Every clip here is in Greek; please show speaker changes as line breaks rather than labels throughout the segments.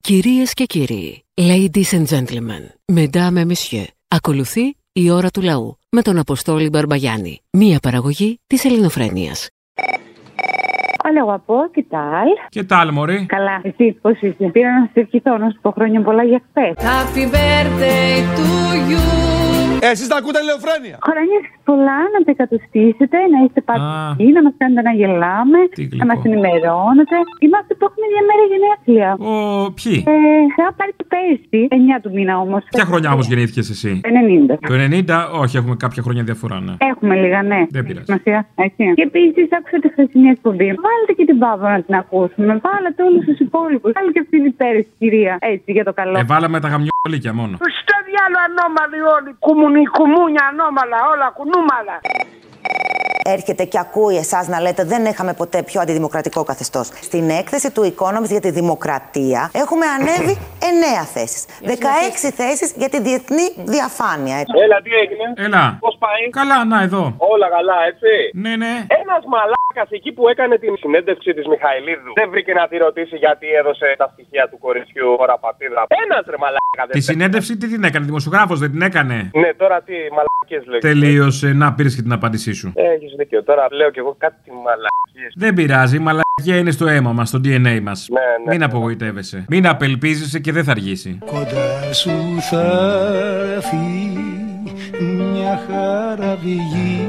Κυρίες και κύριοι, ladies and gentlemen, mesdames et messieurs, ακολουθεί η ώρα του λαού με τον Αποστόλη Μπαρμπαγιάννη, μία παραγωγή της ελληνοφρένειας.
Hola, guapo, ¿qué tal?
Και Ε, τα άλλη, μωρή.
Καλά, εσύ πώς είσαι. Πήρα να σε ευχηθώ, να σου πω χρόνια πολλά για χθες.
Happy birthday to you.
Ε, Εσείς τα ακούτε ελεοφρένεια.
Χρόνια σας πολλά, να τα εκατοστήσετε, να είστε
Α.
πάντα εκεί, να μας κάνετε να γελάμε,
Τι
να
γλυκό.
μας ενημερώνετε. Είμαστε που έχουμε διαμέρα γενέθλια.
Ο, ποιοι.
Ε, θα πάρει και πέρσι, 9 του μήνα όμως.
Ποια χρονιά
Ε, ναι.
όμως γεννήθηκες εσύ.
90.
Το 90, όχι, έχουμε κάποια χρόνια διαφορά, ναι.
Ε,
Έχουμε λίγα, ναι.
Δεν πειράζει.
Σημασία, έτσι. Και επίσης άκουσα τη χθεσινή εκπομπή. Βάλετε και την Πάβα να την ακούσουμε. Βάλετε όλους τους υπόλοιπους. Βάλετε και αυτήν την υπέρεση, κυρία. Έτσι, για το καλό.
Ε, βάλαμε τα γαμιόλικια
Ε,
μόνο.
Στο διάλογο ανώμαλοι όλοι. Κουμουνι, κουμούνια ανώμαλα, όλα κουνούμαλα.
έρχεται και ακούει εσάς να λέτε δεν είχαμε ποτέ πιο αντιδημοκρατικό καθεστώς. Στην έκθεση του Economist για τη δημοκρατία έχουμε ανέβει 9 θέσει. 16 θέσεις για τη διεθνή διαφάνεια. έτσι.
Έλα, τι έγινε.
Έλα.
Πώς πάει.
Καλά, να εδώ.
Όλα καλά, έτσι.
Ναι, ναι.
Ένας μαλάκας εκεί που έκανε την συνέντευξη της Μιχαηλίδου δεν βρήκε να τη ρωτήσει γιατί έδωσε τα στοιχεία του κοριτσιού ώρα πατήδα. Ένας ρε μαλάκα.
Τη
δεν
συνέντευξη τι την έκανε, δημοσιογράφος δεν την έκανε.
Ναι, τώρα τι μαλακίε λέω.
Τελείωσε, να πήρες και την απάντησή σου.
Έχεις δίκιο. Τώρα λέω κι εγώ κάτι μαλακίες.
Δεν πειράζει, η μαλακία είναι στο αίμα μας, στο DNA μας.
Ναι, ναι.
Μην απογοητεύεσαι. Μην απελπίζεσαι και δεν θα αργήσει.
Κοντά σου θα έρθει μια χαραβηγή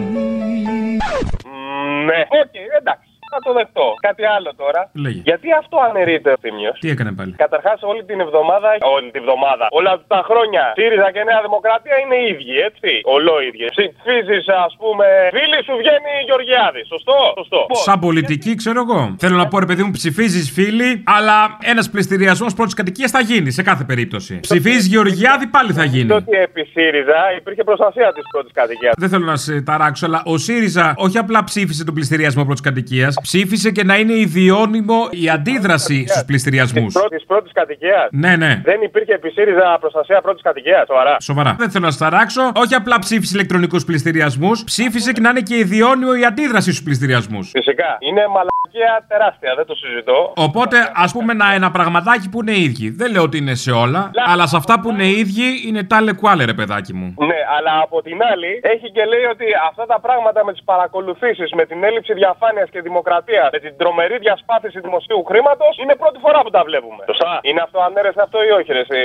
Ναι, οκ, εντάξει. Θα το δεχτώ. Κάτι άλλο τώρα.
Λέγε.
Γιατί αυτό αναιρείται ο Θήμιος.
Τι έκανε πάλι.
Καταρχάς, όλη την εβδομάδα, όλη την εβδομάδα, όλα τα χρόνια, ΣΥΡΙΖΑ και Νέα Δημοκρατία είναι οι ίδιοι, έτσι. Ολό ίδιοι. Ψηφίζει, ας πούμε, φίλη σου βγαίνει η Γεωργιάδη. Σωστό, σωστό.
Σαν πολιτική, ξέρω εγώ. Θέλω να πω, ρε παιδί μου, ψηφίζεις φίλοι, αλλά ένας πληστηριασμός πρώτης κατοικίας θα γίνει σε κάθε περίπτωση. Ψηφίζει Γεωργιάδη, πάλι θα γίνει.
Γιατί ότι επί ΣΥΡΙΖΑ υπήρχε προστασία της πρώτης κατοικίας.
Δεν θέλω να σε ταράξω, ε, αλλά ο ΣΥΡΙΖΑ όχι απλά ψήφισε τον πληστηριασμό πρώτης κατοικίας, ψήφισε και να είναι ιδιώνυμο η αντίδραση στους πληστηριασμούς.
Της πρώτης κατοικίας.
Ναι, ναι.
Δεν υπήρχε επί ΣΥΡΙΖΑ προστασία πρώτης κατοικίας. Σοβαρά.
Σοβαρά. Δεν θέλω να σε ταράξω. Όχι απλά ψήφισε ηλεκτρονικούς πληστηριασμούς, ψήφισε και να είναι και ιδιώνυμο η αντίδραση στους πληστηριασμούς.
Φυσικά. Είναι μαλακία τεράστια, δεν το συζητώ.
Οπότε, ας πούμε, να ένα πραγματάκι που είναι ίδιοι. Δεν λέω ότι είναι σε όλα, αλλά σε αυτά που είναι ίδιοι είναι τάλε κουάλε, ρε παιδάκι μου.
Ναι, αλλά από την άλλη έχει και λέει ότι αυτά τα πράγματα με τις παρακολουθήσεις, με την έλλειψη διαφάνειας και δημοκρατίας, με την τρομερή διασπάθηση δημοσίου χρήματος, είναι πρώτη φορά που τα βλέπουμε. Σωστά. Είναι αυτό ανέρεσαι αυτό ή όχι, ρε. εσύ?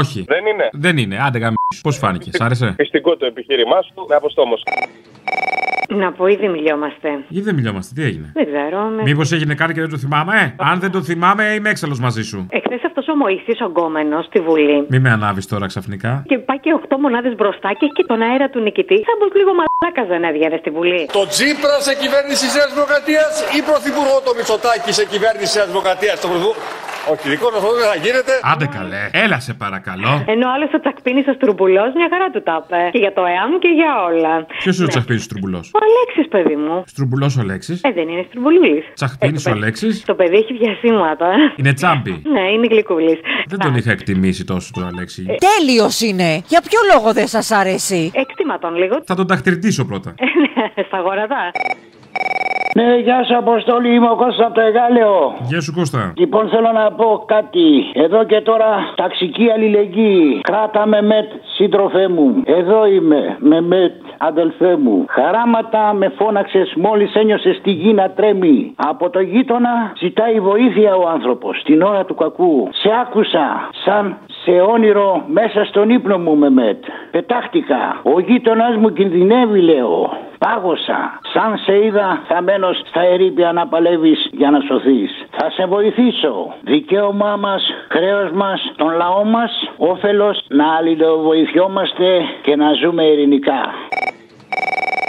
Όχι.
Δεν είναι.
Δεν είναι. Άντε γαμί. Πώς φάνηκες, σ' άρεσε.
Πιστικό το επιχείρημά σου, με αποστόμω.
Να πω, ήδη μιλιόμαστε.
Γιατί δεν μιλιόμαστε, τι έγινε.
Δεν ξέρω. Με...
Μήπως έγινε κάτι και δεν το θυμάμαι. ε? Αν δεν το θυμάμαι, είμαι έξαλλος μαζί σου.
Εχθές αυτός ο Μωησή ο Γκόμενος στη Βουλή.
Μη με ανάβεις τώρα ξαφνικά.
Και πάει και 8 μονάδες μπροστά και έχει και τον αέρα του νικητή. Σαν πω λίγο μαλάκας δεν έβγαινε στη Βουλή.
Το Τσίπρα σε κυβέρνηση της Νέας Δημοκρατίας ή πρωθυπουργό το Μητσοτάκη σε κυβέρνηση της Νέας Δημοκρατίας. Το πρωθυπουργό. Όχι, δικό μας αυτό δεν θα γίνεται.
Άντε καλέ, έλα σε παρακαλώ.
Ενώ άλλος ο τσακπίνη ο Στρουμπουλός μια χαρά του τα είπε. Και για το ΕΑΜ και για όλα. Ναι.
Ποιο είναι ο τσαχπίνη Στρουμπουλός.
Ο Αλέξης, παιδί μου.
Στρουμπουλός ο Λέξη.
Ε, δεν είναι Στρουμπουλούλη.
Τσαχπίνη ο Λέξη.
Το παιδί έχει βιασύματα.
Είναι τσάμπι.
ναι, είναι Ε- γλυκούλη.
Δεν τον είχα εκτιμήσει τόσο τον Αλέξη.
Τέλειος είναι. Για ποιο λόγο δεν σας αρέσει.
Εκτίμα τον λίγο.
Θα τον ταχτυρτήσω πρώτα.
Ναι, Στα γορατά.
Ναι, γεια σου Αποστόλη, είμαι ο Κώστας από το Εγάλεο
Γεια σου Κώστα.
Λοιπόν, θέλω να πω κάτι. Εδώ και τώρα ταξική αλληλεγγύη. Κράτα με μετ, σύντροφέ μου. Εδώ είμαι, με μετ, αδελφέ μου. Χαράματα με φώναξες μόλις ένιωσες τη γη να τρέμει. Από το γείτονα ζητάει βοήθεια ο άνθρωπος την ώρα του κακού. Σε άκουσα, σαν σε όνειρο μέσα στον ύπνο μου με μετ. Πετάχτηκα. Ο γείτονας μου κινδυνεύει, λέω. Πάγωσα. Σαν σε είδα χαμένος στα ερήπια να παλεύεις για να σωθείς. Θα σε βοηθήσω. Δικαίωμά μας, χρέος μας, τον λαό μας, όφελος να αλληλοβοηθιόμαστε και να ζούμε ειρηνικά.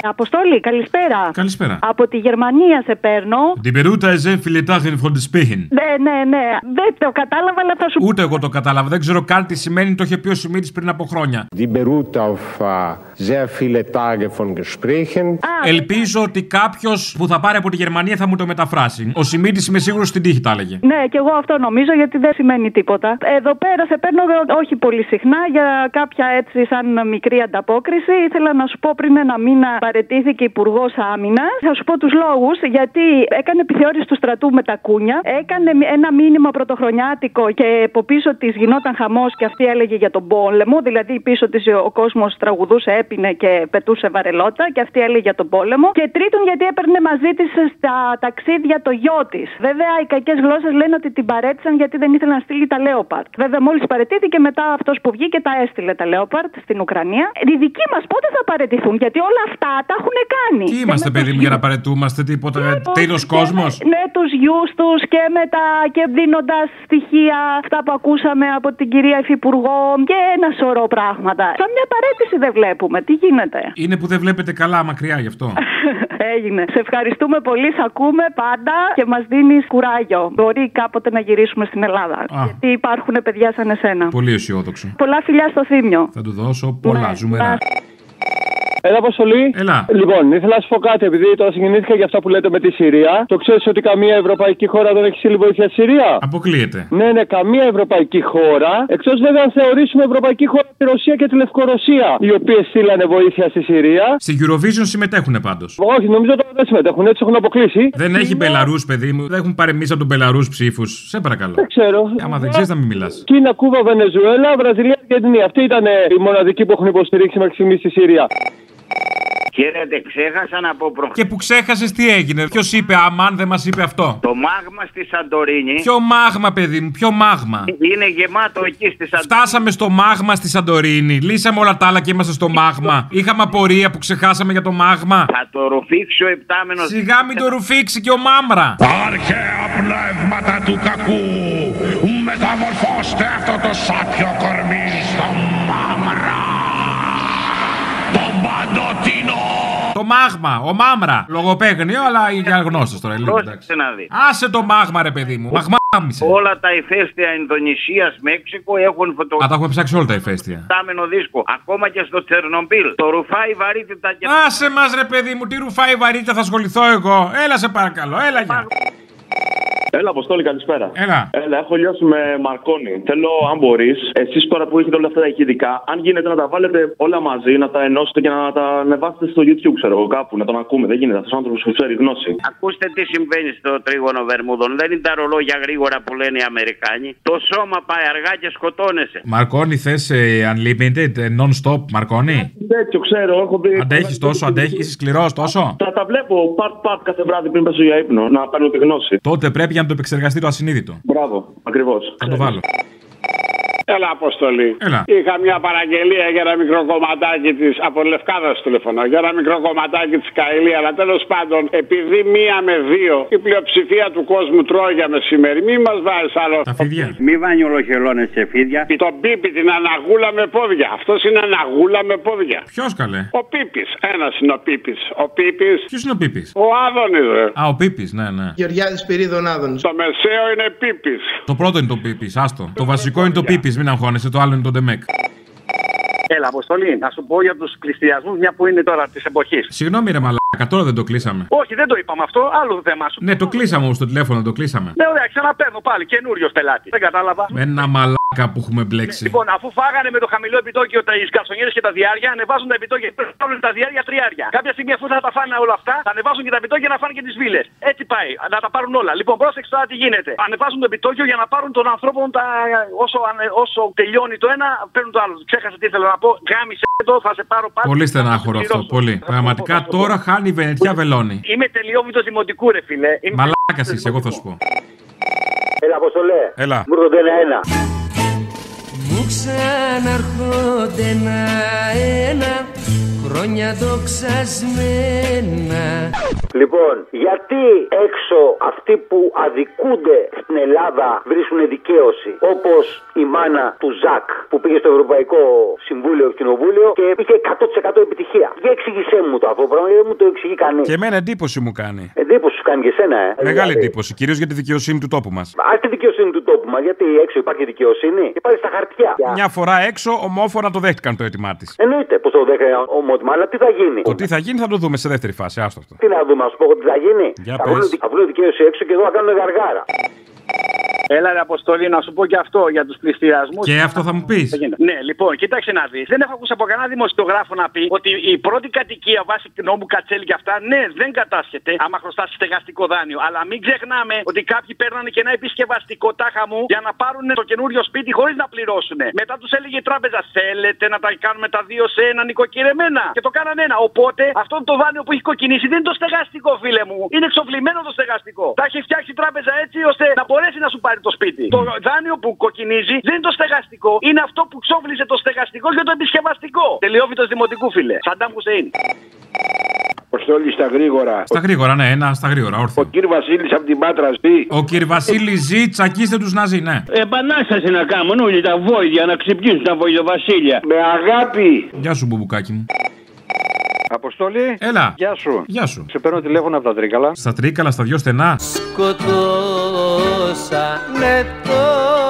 Αποστόλη, καλησπέρα.
Καλησπέρα.
Από τη Γερμανία σε παίρνω.
Την περούτα εζέ φιλετάχεν φροντισπίχεν.
Ναι, ναι, ναι. Δεν το κατάλαβα, αλλά θα σου πω.
Ούτε εγώ το κατάλαβα. Δεν ξέρω καν τι σημαίνει. Το είχε πει ο Σιμίτης πριν από χρόνια.
Die beruht auf äh, sehr viele Tage von Gesprächen.
Ελπίζω ότι κάποιος που θα πάρει από τη Γερμανία θα μου το μεταφράσει. Ο Σιμίτης είμαι σίγουρος στην τύχη τα έλεγε.
Ναι, και εγώ αυτό νομίζω γιατί δεν σημαίνει τίποτα. Εδώ πέρα σε παίρνω δε- όχι πολύ συχνά για κάποια έτσι σαν μικρή ανταπόκριση. Ήθελα να σου πω πριν ένα μήνα
παρετήθηκε υπουργός άμυνας. Θα σου πω τους λόγους, γιατί έκανε επιθεώρηση του στρατού με τα κούνια, έκανε μ- ένα μήνυμα πρωτοχρονιάτικο και από πίσω της γινόταν χαμός και αυτή έλεγε για τον πόλεμο. Δηλαδή πίσω της ο κόσμος τραγουδούσε, έπινε και πετούσε βαρελότα και αυτή έλεγε για τον πόλεμο. Και τρίτον, γιατί έπαιρνε μαζί της στα ταξίδια το γιο της. Βέβαια, οι κακές γλώσσες λένε ότι την παρέτησαν γιατί δεν ήθελε να στείλει τα Λέοπαρτ. Βέβαια, μόλις παρετήθηκε, μετά αυτός που βγήκε τα έστειλε τα Λέοπαρτ στην Ουκρανία. Οι δικοί μας πότε θα παρετηθούν, γιατί όλα αυτά τα έχουν κάνει.
Τι είμαστε, παιδί μου, για να παρετούμαστε τίποτα. Τρίτο
ναι,
κόσμο.
με τους γιους τους και μετά και δίνοντας στοιχεία αυτά που ακούσαμε από την κυρία Υφυπουργό και ένα σωρό πράγματα. Σαν μια παρέτηση δεν βλέπουμε. Τι γίνεται.
Είναι που δεν βλέπετε καλά μακριά γι' αυτό.
Έγινε. Σε ευχαριστούμε πολύ, σε ακούμε πάντα και μας δίνεις κουράγιο. Μπορεί κάποτε να γυρίσουμε στην Ελλάδα.
Α.
Γιατί υπάρχουν παιδιά σαν εσένα.
Πολύ αισιόδοξο.
Πολλά φιλιά στο θύμιο.
Θα του δώσω πολλά ζουμερά.
Έλα, Αποστολή. Έλα. Λοιπόν, ήθελα να σου πω κάτι, επειδή τώρα συγκινήθηκα για αυτά που λέτε με τη Συρία. Το ξέρεις ότι καμία ευρωπαϊκή χώρα δεν έχει στείλει βοήθεια στη Συρία.
Αποκλείεται.
Ναι, ναι, καμία ευρωπαϊκή χώρα. Εκτός βέβαια αν θεωρήσουμε ευρωπαϊκή χώρα τη Ρωσία και τη Λευκορωσία, οι οποίες στείλανε βοήθεια στη Συρία.
Στη Eurovision συμμετέχουν πάντως.
Όχι, νομίζω τώρα δεν συμμετέχουν, έτσι έχουν αποκλείσει.
Δεν έχει Μπελαρούς, παιδί μου. Δεν έχουν πάρει εμείς από τον Μπελαρούς ψήφους. Σε παρακαλώ.
Δεν ξέρω.
Άμα δεν ξέρεις, να μην μιλάς.
Κίνα, Κούβα, Βενεζουέλα, Βραζιλία, Αργεντινή. Αυτοί ήταν οι μοναδικοί που έχουν υποστηρίξει μέχρι στιγμής στη Συρία.
Χαίρετε, ξέχασα να πω προχθέ.
Και που ξέχασες τι έγινε. Ποιος είπε, άμα αν δεν μας είπε αυτό.
Το μάγμα στη Σαντορίνη
Ποιο μάγμα, παιδί μου, ποιο μάγμα.
Ε? είναι γεμάτο εκεί στη Σαντορίνη.
Φτάσαμε στο μάγμα στη Σαντορίνη. Λύσαμε όλα τα άλλα και είμαστε στο μάγμα. Είχαμε απορία που ξεχάσαμε για το μάγμα.
Θα το ρουφήξει ο επτάμενος.
Σιγά μην το ρουφήξει και ο μάμρα.
Αρχαία πνεύματα του κακού, μεταμορφώστε αυτό το σάπιο κορμί στο μάμρα. Τον παντοτινό.
Το μάγμα, ο μάμρα. Λογοπαίγνιο, αλλά για γνώστε τώρα. λίγο, εντάξει.
Πρόσεξε να δεις.
Άσε το μάγμα, ρε παιδί μου. Μαγμάμισε.
Όλα τα ηφαίστεια Ινδονησίας, Μέξικο έχουν
Α, τα
φωτογραφία.
έχουμε ψάξει όλα τα ηφαίστεια.
Επτάμενο δίσκο. Ακόμα και στο Τσερνομπίλ. Το ρουφάει βαρύτητα και.
Άσε μας, ρε παιδί μου, τι ρουφάει η βαρύτητα, θα ασχοληθώ εγώ. Έλα, σε παρακαλώ, έλα για.
Έλα, Αποστόλη, καλησπέρα.
Έλα.
Έλα, έχω λιώσει με Μαρκόνη. Θέλω, αν μπορείς, εσείς τώρα που έχετε όλα αυτά τα ηχητικά, αν γίνεται να τα βάλετε όλα μαζί, να τα ενώσετε και να τα ανεβάσετε στο YouTube, ξέρω εγώ, κάπου, να τον ακούμε. Δεν γίνεται. Αυτός ο άνθρωπος που ξέρει γνώση.
Ακούστε τι συμβαίνει στο τρίγωνο Βερμούδων. Δεν είναι τα ρολόγια γρήγορα που λένε οι Αμερικάνοι. Το σώμα πάει αργά και σκοτώνεσαι.
Μαρκώνει, θες unlimited, ε, non-stop, Μαρκώνει.
Τέτοιο ξέρω, έχω δει.
Αντέχεις τόσο, αντέχεις, είσαι σκληρός τόσο.
Τα, τα βλέπω part-part κάθε βράδυ πριν πέσω για ύπνο, να παίρνω τη γνώση.
Τότε πρέπει να το επεξεργαστεί το ασυνείδητο.
Μπράβο, ακριβώς.
Θα το βάλω.
Έλα, Αποστολή.
Έλα.
Είχα μια παραγγελία για ένα μικρό κομματάκι της. Από Λευκάδας τηλεφωνώ. Για ένα μικρό κομματάκι της Καηλή. Αλλά τέλος πάντων, επειδή μία με δύο η πλειοψηφία του κόσμου τρώει για μεσημέρι, μη μας βάζεις άλλο.
Τα φίδια.
Μη βάνει ολοχελώνε σε φίδια.
Τον Πίπη την αναγούλα με πόδια. Αυτός είναι αναγούλα με πόδια.
Ποιος καλέ.
Ο Πίπης. Ένας είναι ο Πίπης. Ο Πίπης.
Ποιος είναι ο Πίπης.
Ο Άδωνης, ρε.
Α, ο Πίπης, ναι, ναι.
Γεωργιάδης Πυρίδων Άδωνης. Το μεσαίο είναι Πίπης.
Το πρώτο είναι το Πίπης, άστο. Το βασικό είναι το Πίπης, μην αγχώνεσαι, το άλλο είναι το Ντεμέκ.
Έλα, Αποστολή, να σου πω για τους πληστηριασμού, μια που είναι τώρα της εποχής.
Συγγνώμη, ρε μαλάκα, τώρα δεν το κλείσαμε.
Όχι, δεν το είπαμε αυτό, άλλο θέμα σου.
Ναι, το κλείσαμε όμως το τηλέφωνο, το κλείσαμε.
Ναι, ωραία, ξαναπαίρνω πάλι, καινούριο πελάτη. Δεν κατάλαβα.
Με ένα μαλάκα που έχουμε μπλέξει.
Λοιπόν, αφού φάγανε με το χαμηλό επιτόκιο τα σκαψονιέρε και τα διάρια, ανεβάζουν τα επιτόκια. Παίρνουν τα διάρια τριάρια. Κάποια στιγμή αφού θα τα φάνε όλα αυτά, θα ανεβάσουν και τα επιτόκια να φάνε και τις βίλες. Έτσι πάει, να τα πάρουν όλα. Λοιπόν, πρόσεξε τώρα τι γίνεται. Ανεβάζουν το επιτόκιο για να πάρουν των ανθρώπων τα... όσο, ανε- όσο τελειώνει το ένα, παίρνουν το άλλο. Ξέχασα τι ήθελα να πω. Γάμισε το, θα σε πάρω πάλι.
Πολύ στενάχωρο αυτό, πολύ. Πραγματικά τώρα χάνει η Βενετιά βελώνει.
Είμαι τελειόβητο δημοτικού, ρε φιλέ. Είμαι
Μαλάκας είσαι, εγώ θα σου πω.
Έλα, Αποστολέ.
Έλα.
Μου έρχονται ένα-ένα.
Μου ξαναρχόνται ένα-ένα Χρόνια δοξασμένα
Λοιπόν, γιατί έξω αυτοί που αδικούνται στην Ελλάδα βρίσκουν δικαίωση. Όπως η μάνα του Ζακ που πήγε στο Ευρωπαϊκό Συμβούλιο και Κοινοβούλιο και είχε 100% επιτυχία. Για εξηγησέ μου το αυτό το πράγμα, γιατί δεν μου το εξηγεί κανείς.
Και εμένα εντύπωση μου κάνει.
Εντύπωση σου κάνει και εσένα, ε.
Μεγάλη
Δηλαδή,
εντύπωση, κυρίως για τη δικαιοσύνη του τόπου μας.
Ας τη δικαιοσύνη του τόπου μας, γιατί έξω υπάρχει δικαιοσύνη. Υπάρχει στα χαρτιά.
Μια φορά έξω, ομόφωνα το δέχτηκαν το αίτημά της.
Εννοείται πως το δέχεται ομότιμα, αλλά τι θα γίνει.
Το τι θα γίνει θα το δούμε σε δεύτερη φάση, άστο αυτό.
Τι να δούμε, α πούμε, τι θα γίνει.
Για
θα
πες.
βγουν- θα βγουν δικαίωση έξω και εδώ θα κάνουν γαργάρα.
Έλα, ρε Αποστολή, να σου πω και αυτό για τους πληστηριασμούς.
Και αυτό θα μου πεις.
Ναι, λοιπόν, κοίταξε να δεις. Δεν έχω ακούσει από κανένα δημοσιογράφο να πει ότι η πρώτη κατοικία βάσει νόμου Κατσέλη και αυτά, ναι, δεν κατάσχεται άμα χρωστάς στεγαστικό δάνειο. Αλλά μην ξεχνάμε ότι κάποιοι παίρνανε και ένα επισκευαστικό τάχα μου για να πάρουν το καινούριο σπίτι χωρίς να πληρώσουν. Μετά τους έλεγε η τράπεζα, θέλετε να τα κάνουμε τα δύο σε ένα νοικοκυρεμένα. Και το κάνανε ένα. Οπότε αυτό το δάνειο που έχει κοκκινήσει δεν είναι το στεγαστικό, φίλε μου. Είναι εξοφλημένο το στεγαστικό. Τα έχει φτιάξει η τράπεζα έτσι ώστε να μπορέσει να σου πάρει το σπίτι. Το δάνειο που κοκκινίζει δεν είναι το στεγαστικό. Είναι αυτό που ξόφλησε το στεγαστικό και το επισκευαστικό. Τελειόβητος δημοτικού, φίλε. Σαντάμ Χουσέιν.
Αποστόλη στα γρήγορα.
Στα γρήγορα, ναι, ένα στα γρήγορα, όρθιο.
Ο κύριο Βασίλη από την Πάτρα ζει.
Ο κύριο Βασίλη ζει, τσακίστε τους να ζει, ναι.
Επανάσταση να κάνουν όλοι τα βόηδια να ξυπνήσουν τα βοηδοβασίλια.
Με αγάπη.
Γεια σου, μπουμπουκάκι μου.
Αποστολή.
Έλα.
Γεια σου.
Γεια σου.
Σε παίρνω τηλέφωνο από τα τρίκαλα.
Στα τρίκαλα, στα δυο στενά.
Σκοτώσανε τόσα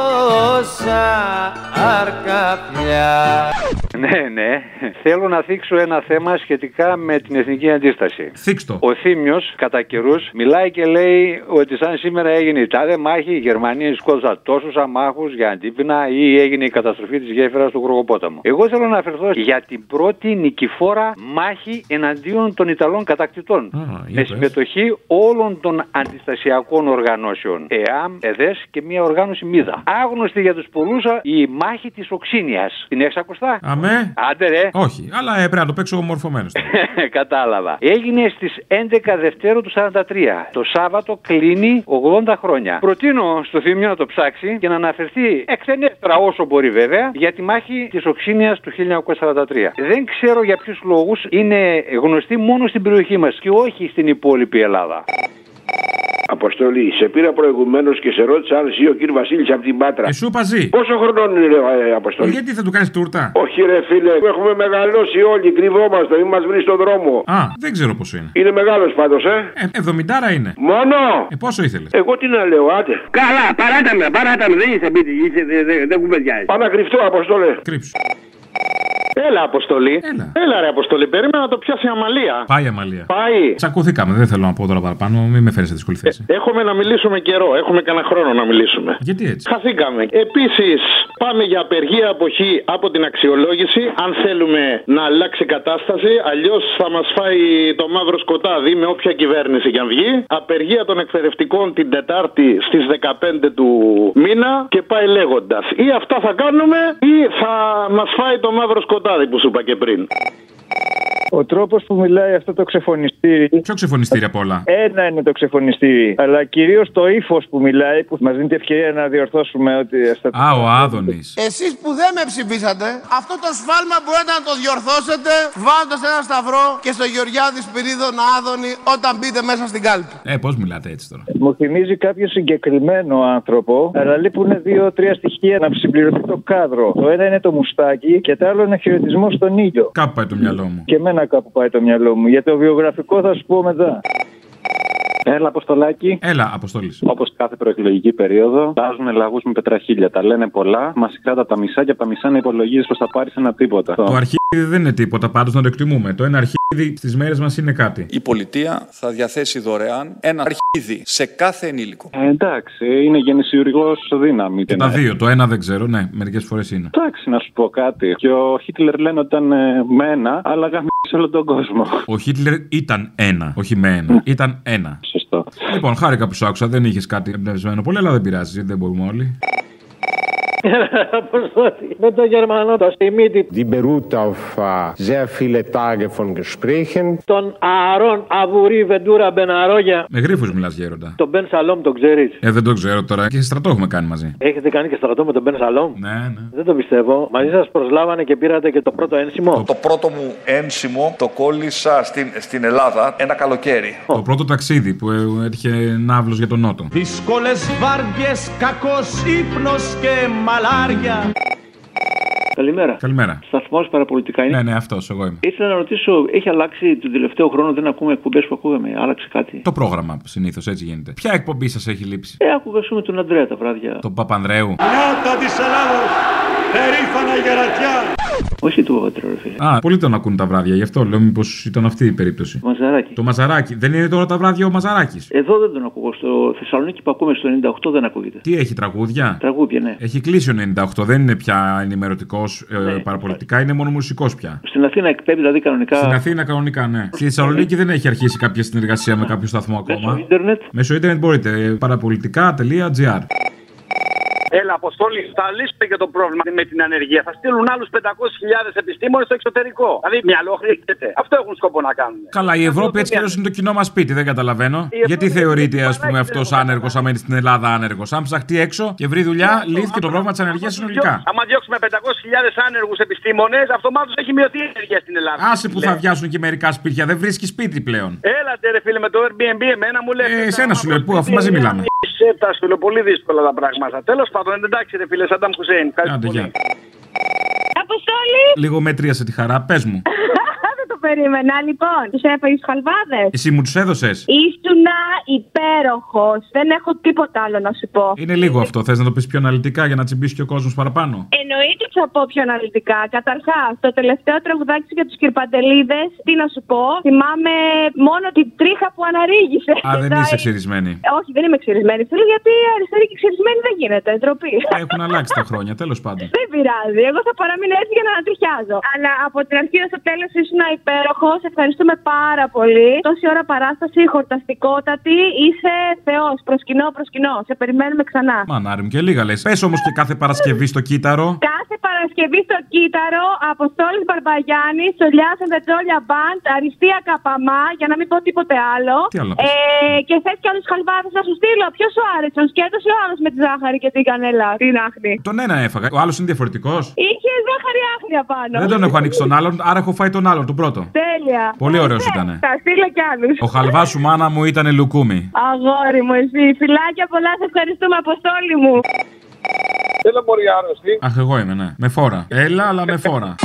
αρκαπιά.
Ναι, ναι. Θέλω να θίξω ένα θέμα σχετικά με την εθνική αντίσταση.
Θίξτο.
Ο Θήμιος, κατά καιρούς, μιλάει και λέει ότι σαν σήμερα έγινε η τάδε μάχη, οι Γερμανοί σκότωσαν τόσους αμάχους για αντίπεινα ή έγινε η καταστροφή της γέφυρας του Κροκοπόταμου. Εγώ θέλω να αναφερθώ για την πρώτη νικηφόρα μάχη εναντίον των Ιταλών κατακτητών. με συμμετοχή όλων των αντιστασιακών οργανώσεων. ΕΑΜ, ΕΔΕΣ και μια οργάνωση ΜΙΔΑ. Άγνωστη για τους πολλούς η μάχη της Οξίνια. Την έχεις ακουστά.
Αμέ.
Άντε ρε.
Όχι, αλλά ε, πρέπει να το παίξω ομορφωμένος.
Κατάλαβα. Έγινε στις 11 Δευτέρου του 43. Το Σάββατο κλείνει 80 χρόνια. Προτείνω στο Θήμιο να το ψάξει και να αναφερθεί εκτενέστερα όσο μπορεί βέβαια για τη μάχη της Οξίνια του 1943. Δεν ξέρω για ποιους λόγους είναι γνωστή μόνο στην περιοχή μας και όχι στην υπόλοιπη Ελλάδα.
Αποστολή, σε πήρα προηγουμένως και σε ρώτησα αν ζει ο κύριος Βασίλης από την Πάτρα.
Εσύ παζί.
Πόσο χρονών είναι, ρε, ε, Αποστολή.
Γιατί θα του κάνεις τούρτα.
Όχι, ρε φίλε, που έχουμε μεγαλώσει όλοι, κρυβόμαστε, μην μας βρεις στον δρόμο.
Α, δεν ξέρω πόσο είναι.
Είναι μεγάλος πάντως, ε.
Ε, 70 είναι.
Μόνο!
Ε, πόσο ήθελες.
Εγώ τι να λέω, άντε.
Καλά, παράτα με, παράτα με, δεν είσαι μπίτι, είσαι- ε, δε- δε- δεν κουβεντιάζεις.
Πάμε να κρυφτώ, Αποστολέ.
Κρύψου.
Έλα, Αποστολή. Έλα, ρε, Αποστολή. Περίμενα να το πιάσει η αμαλία.
Πάει η αμαλία.
Πάει.
Τσακωθήκαμε, δεν θέλω να πω τώρα παραπάνω, μην με φέρεις σε δύσκολη θέση.
Ε, Έχουμε να μιλήσουμε καιρό. Έχουμε κανένα χρόνο να μιλήσουμε.
Γιατί έτσι.
Χαθήκαμε. Επίσης, πάμε για απεργία αποχή από την αξιολόγηση. Αν θέλουμε να αλλάξει η κατάσταση, αλλιώς θα μας φάει το μαύρο σκοτάδι με όποια κυβέρνηση και αν βγει. Απεργία των εκπαιδευτικών την Τετάρτη στις 15 του μήνα και πάει λέγοντας. Ή αυτά θα κάνουμε, ή θα μας φάει το μαύρο σκοτάδι που σου είπα και πριν.
Ο τρόπος που μιλάει αυτό το ξεφωνιστήρι.
Ποιο ξεφωνιστήρι απ' όλα.
Ένα είναι το ξεφωνιστήρι. Αλλά κυρίως το ύφος που μιλάει, που μας δίνει την ευκαιρία να διορθώσουμε ότι. στα-
Α, ο Άδωνης.
Εσείς που δεν με ψηφίσατε, αυτό το σφάλμα μπορείτε να το διορθώσετε βάζοντα ένα σταυρό και στο Γεωργιάδη Σπυρίδωνα Άδωνη όταν μπείτε μέσα στην κάλπη.
Ε, πώς μιλάτε έτσι τώρα.
Μου θυμίζει κάποιο συγκεκριμένο άνθρωπο, αλλά λείπουν δύο-τρία στοιχεία να συμπληρωθεί το κάδρο. Το ένα είναι το μουστάκι και το άλλο είναι χαιρετισμός στον ήλιο.
Κάπου πάει το μυαλό μου.
Και εμένα κάπου πάει το μυαλό μου. Για το βιογραφικό θα σου πω μετά.
Έλα, Αποστολάκη.
Έλα, Αποστολή.
Όπως κάθε προεκλογική περίοδο, βάζουν λαγούς με πετραχίλια. Τα λένε πολλά, μας κράτα τα μισά και από τα μισά να υπολογίζεις πως θα πάρεις ένα τίποτα.
Το αρχίδι δεν είναι τίποτα, πάντως να το εκτιμούμε. Το ένα αρχίδι στις μέρες μας είναι κάτι.
Η πολιτεία θα διαθέσει δωρεάν ένα αρχίδι σε κάθε ενήλικο.
Ε, εντάξει, είναι γεννησιουργός δύναμη.
Και τα δύο, το ένα δεν ξέρω, ναι, μερικές φορές είναι.
Εντάξει, να σου πω κάτι. Και ο Χίτλερ λένε ότι ήταν ε, με ένα, αλλά γαμίσει όλο τον κόσμο.
Ο Χίτλερ ήταν ένα, όχι με ένα. Ήταν ένα.
Σωστό.
Λοιπόν, χάρηκα που σ' άκουσα, δεν είχες κάτι εμπνευσμένο πολύ, αλλά δεν πειράζει, δεν μπορούμε όλοι.
Αποστολή. Με τον Γερμανό, το Σιμίτη,
Die beruht auf äh, sehr viele Tage von Gesprächen.
τον Ααρόν Αβουρή Βεντούρα Μπεναρόγια.
Με γρήφου μιλάς, Γέροντα.
Τον Μπεν Σαλόμ τον ξέρεις.
Ε, δεν το ξέρω τώρα. Και στρατό έχουμε κάνει μαζί.
Έχετε κάνει και στρατό με τον Μπεν Σαλόμ.
Ναι, ναι.
Δεν το πιστεύω. Μαζί σας προσλάβανε και πήρατε και το πρώτο ένσημο.
Το πρώτο μου ένσημο το κόλλησα στην, στην Ελλάδα ένα καλοκαίρι.
Το πρώτο ταξίδι που ε, έτυχε ναύλος για τον Νότο.
Δύσκολες βάρδιες, κακός ύπνος και μαλάρια.
Καλημέρα.
Καλημέρα.
Σταθμός παραπολιτικά είναι.
Ναι, ναι, αυτός εγώ είμαι.
Ήθελα να ρωτήσω, έχει αλλάξει τον τελευταίο χρόνο, δεν ακούμε εκπομπές που ακούγαμε, άλλαξε κάτι.
Το πρόγραμμα συνήθως έτσι γίνεται. Ποια εκπομπή σας έχει λείψει,
Ε, άκουγα ας πούμε, τον Αντρέα τα βράδια.
Τον Παπανδρέου.
Νάτα τη Ελλάδα, περήφανα γερατιά.
Όχι του Βόβατρο, ρε φίλε.
Α, πολλοί τον ακούν τα βράδια, γι' αυτό λέω μήπως ήταν αυτή η περίπτωση.
Το Μαζαράκι.
Το Μαζαράκι. Δεν είναι τώρα τα βράδια ο Μαζαράκι.
Εδώ δεν τον ακούω. Στο Θεσσαλονίκη που ακούμε στο 98 δεν ακούγεται.
Τι έχει τραγούδια.
Τραγούδια, ναι.
Έχει κλείσει ο 98, δεν είναι πια ενημερωτικός ε,
Ναι.
παραπολιτικά, είναι μόνο μουσικός πια.
Στην Αθήνα εκπέμπει, δηλαδή κανονικά.
Στην Αθήνα κανονικά, ναι. Στη Θεσσαλονίκη δεν έχει αρχίσει κάποια συνεργασία με κάποιο σταθμό ακόμα.
Ιντερνετ.
Μέσω ίντερνετ μπορείτε. ε, Παραπολιτικά.gr
Έλα, Αποστόλη, θα λύσουμε και το πρόβλημα με την ανεργία. Θα στείλουν άλλους 500.000 επιστήμονες στο εξωτερικό. Δηλαδή, μυαλό χρειάζεται. Αυτό έχουν σκοπό να κάνουν.
Καλά, η Ευρώπη έτσι κι αλλιώς είναι το κοινό μας σπίτι, δεν καταλαβαίνω. Γιατί θεωρείται, ας πούμε, αυτό άνεργο, αν μένει στην Ελλάδα άνεργος. Αν ψαχτεί έξω και βρει δουλειά, λύθηκε Ναι, το πρόβλημα της ανεργίας συνολικά.
Άμα διώξουμε 500.000 άνεργους επιστήμονες, αυτομάτως έχει μειωθεί η ενέργεια στην Ελλάδα.
Άσε που θα βιάσουν και μερικά σπίτια, δεν βρίσκει σπίτι πλέον.
Έλατε, ρε φίλε, με το Airbnb, εμένα μου λέτε.
Ε, Εσένα σου λέω, πού, αφού μαζί μιλάμε.
Σε τα σου λέω, πολύ δύσκολα τα πράγματα. Τέλος πάντων, εντάξει, ρε φίλε, Σαντάμ Χουσέιν. Ευχαριστώ
Άντε, γεια.
Αποστόλη!
Λίγο μέτριασε τη χαρά, πες μου.
Δεν το περίμενα, λοιπόν. Τους έφαγες τους χαλβάδες.
Εσύ μου τους έδωσες.
Ήσουνα υπέροχος. Δεν έχω τίποτα άλλο να σου πω.
Είναι λίγο αυτό. Θες να το πεις πιο αναλυτικά για να τσιμπήσει και ο κόσμος παραπάνω.
Εννοείται ότι θα πω πιο αναλυτικά. Καταρχάς, το τελευταίο τραγουδάκι για τους κυρπαντελίδες, τι να σου πω, θυμάμαι μόνο την τρίχα που αναρρίγησε.
Α, δεν
Τα-
είσαι ξυρισμένη.
Όχι, δεν είμαι ξυρισμένη. Θέλω γιατί αριστερή και ξυρισμένη δεν γίνεται. Ντροπή.
Έχουν αλλάξει τα χρόνια, τέλος πάντων.
Δεν πειράζει. Εγώ θα παραμείνω έτσι για να ανατριχιάζω. Αλλά από την αρχή ως το τέλος ήσουν υπέροχο. Σε ευχαριστούμε πάρα πολύ. Τόση ώρα παράσταση, χορταστικότατη. Είσαι θεός. Προσκυνώ, προσκυνώ. Σε περιμένουμε ξανά.
Μανάρι μου και λίγα λες. Πες όμως και κάθε Παρασκευή στο κύτταρο.
Κάθε Παρασκευή στο Κύτταρο, Αποστόλης Μπαρμπαγιάννης, Σολιάς Σεντετζόλια Μπαντ, Αριστεία Καπαμά, για να μην πω τίποτε άλλο.
Τι άλλο να πεις.
ε, και θες και άλλου χαλβάδε να σου στείλω. Ποιος σου άρεσε, ο σκέτος ή ο άλλος με τη ζάχαρη και την κανέλα, την άχνη.
Τον ένα έφαγα. Ο άλλος είναι διαφορετικός.
Είχε ζάχαρη άχνη πάνω.
Δεν τον έχω ανοίξει τον άλλον, άρα έχω φάει τον άλλον, τον πρώτο.
Τέλεια.
Πολύ ωραίος
Ε,
ήταν.
Θα στείλω κι άλλους.
Ο χαλβάς σου μάνα μου ήταν λουκούμι.
Αγόρι μου, εσύ. Φιλάκια πολλά, σε ευχαριστούμε, Αποστόλη μου.
Έλα, Μωρή, άρρωστη.
Αχ, εγώ είμαι, ναι. Με φόρα. Έλα, αλλά με φόρα.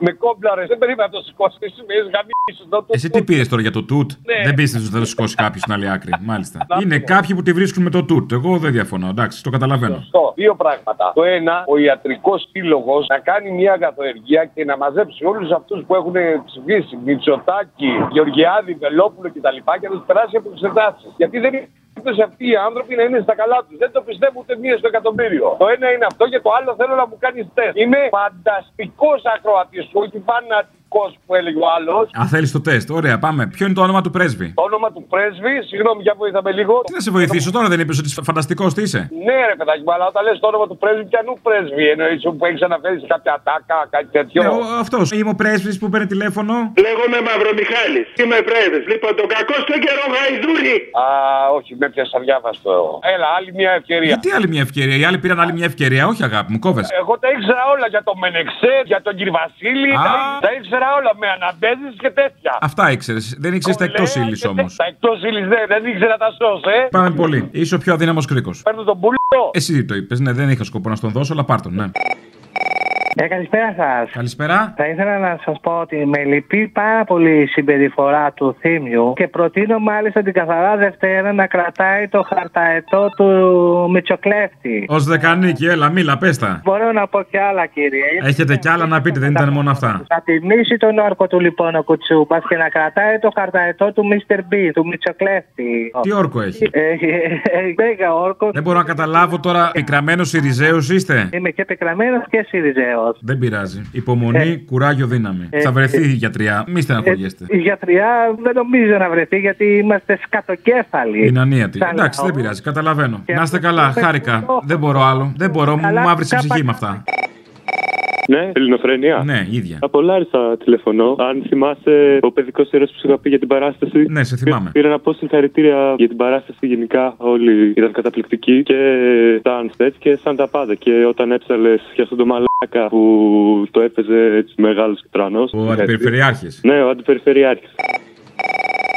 Με κόμπλαρες, δεν περίμενα να το σηκώσει. Με είσαι γαμίσει.
Εσύ τι πήρες τώρα για το τούτ.
Ναι.
Δεν πίστευε ότι θα το σηκώσει κάποιος στην άλλη άκρη. Μάλιστα. Είναι κάποιοι που τη βρίσκουν με το τούτ. Εγώ δεν διαφωνώ. Εντάξει, το καταλαβαίνω.
Σωστό. Δύο πράγματα. Το ένα, ο ιατρικός σύλλογος να κάνει μια αγαθοεργία και να μαζέψει όλους αυτούς που έχουν ψηφίσει Μητσοτάκη, Γεωργιάδη, Βελόπουλο κτλ. και να τους περάσει από τις εντάσεις. Γιατί δεν είναι περίπτωση αυτοί οι άνθρωποι να είναι στα καλά τους. Δεν το πιστεύω ούτε μία στο εκατομμύριο. Το ένα είναι αυτό και το άλλο θέλω να μου κάνεις τεστ. Είμαι φανταστικός ακροατής, όχι φανατικός που έλεγε ο άλλος.
Αν θέλεις το τεστ, ωραία, πάμε. Ποιο είναι το όνομα του πρέσβη.
Το όνομα του πρέσβη, συγγνώμη, για βοήθαμε λίγο.
Τι να σε βοηθήσω τώρα, δεν είπες ότι φανταστικός τι είσαι.
Ναι, ρε παιδάκι μου, αλλά όταν λες το όνομα του πρέσβη, πιανού πρέσβη εννοείς που έχεις αναφέρει σε κάποια ατάκα, κάτι τέτοιο.
Αυτός. Είμαι Ε, ο πρέσβης που παίρνει τηλέφωνο.
Λέγομαι Μαυρομιχάλης. Είμαι πρέσβης. Λοιπόν, τον κακό στο καιρό γαϊδούρι. Α, όχι, με πιάσα αδιάβαστο. Έλα, άλλη μια ευκαιρία.
Γιατί άλλη μια ευκαιρία, οι άλλοι πήραν άλλη μια ευκαιρία. Όχι, αγάπη μου, κόβε.
Εγώ τα ήξερα όλα για τον Μενεξέ, για τον κύριο Βασίλη.
Α.
Τα, τα ήξερα όλα με αναμπέζεις και τέτοια.
Αυτά ήξερες. Δεν ήξερες τα εκτός ύλη όμως.
Τα εκτός ύλης δεν, δεν ήξερα τα σώσ, ε.
Πάμε πολύ. Είσαι ο πιο αδύναμος κρίκος.
Παίρνω τον πουλό.
Εσύ το είπες, ναι, δεν είχα σκοπό να στον δώσω, αλλά πάρ' τον, ναι.
Ε, καλησπέρα σας.
Καλησπέρα.
Θα ήθελα να σας πω ότι με λυπεί πάρα πολύ η συμπεριφορά του Θήμιου και προτείνω μάλιστα την καθαρά Δευτέρα να κρατάει το χαρταετό του Μητσοκλέφτη.
Ως δεκανίκη, έλα, μίλα, πες τα.
Μπορώ να πω και άλλα, κύριε.
Έχετε κι άλλα να πείτε, δεν ήταν μόνο αυτά.
Να τιμήσει τον όρκο του λοιπόν ο Κουτσούπα και να κρατάει το χαρταετό του Mr. B, του Μητσοκλέφτη.
Τι όρκο έχει?
Έχει έχει μέγα όρκο.
Δεν μπορώ να καταλάβω τώρα, πικραμένος Ιριζέο είστε.
Είμαι και πικραμένος και Σιριζέος.
Δεν πειράζει. Υπομονή, κουράγιο, δύναμη.
Ε,
Θα βρεθεί
ε,
η γιατριά, μη στεναχωριέστε.
Η γιατριά δεν νομίζω να βρεθεί γιατί είμαστε σκατοκέφαλοι.
Είναι ανίατη.
Σαν
Εντάξει, δεν
λαός.
πειράζει, καταλαβαίνω. Να είστε καλά, χάρηκα. Δεν μπορώ άλλο. Δεν μπορώ, μου
Καλά,
μαύρισε η ψυχή
κάπα-
με αυτά.
Ναι, Ελληνοφρένεια.
Ναι, ίδια.
Από Λάρισα τηλεφωνώ. Αν θυμάσαι ο παιδικός ήρωας που σου είχα πει για την παράσταση.
Ναι, σε θυμάμαι.
Πήρα να πω συγχαρητήρια για την παράσταση. Γενικά όλοι ήταν καταπληκτικοί και σαν σετ και σαν τα πάντα. Και όταν έψαλες και αυτόν τον μαλάκα που το έπαιζε έτσι μεγάλος και τρανός.
Ο Αντιπεριφερειάρχης.
Ναι, ο Αντιπεριφερειάρχη.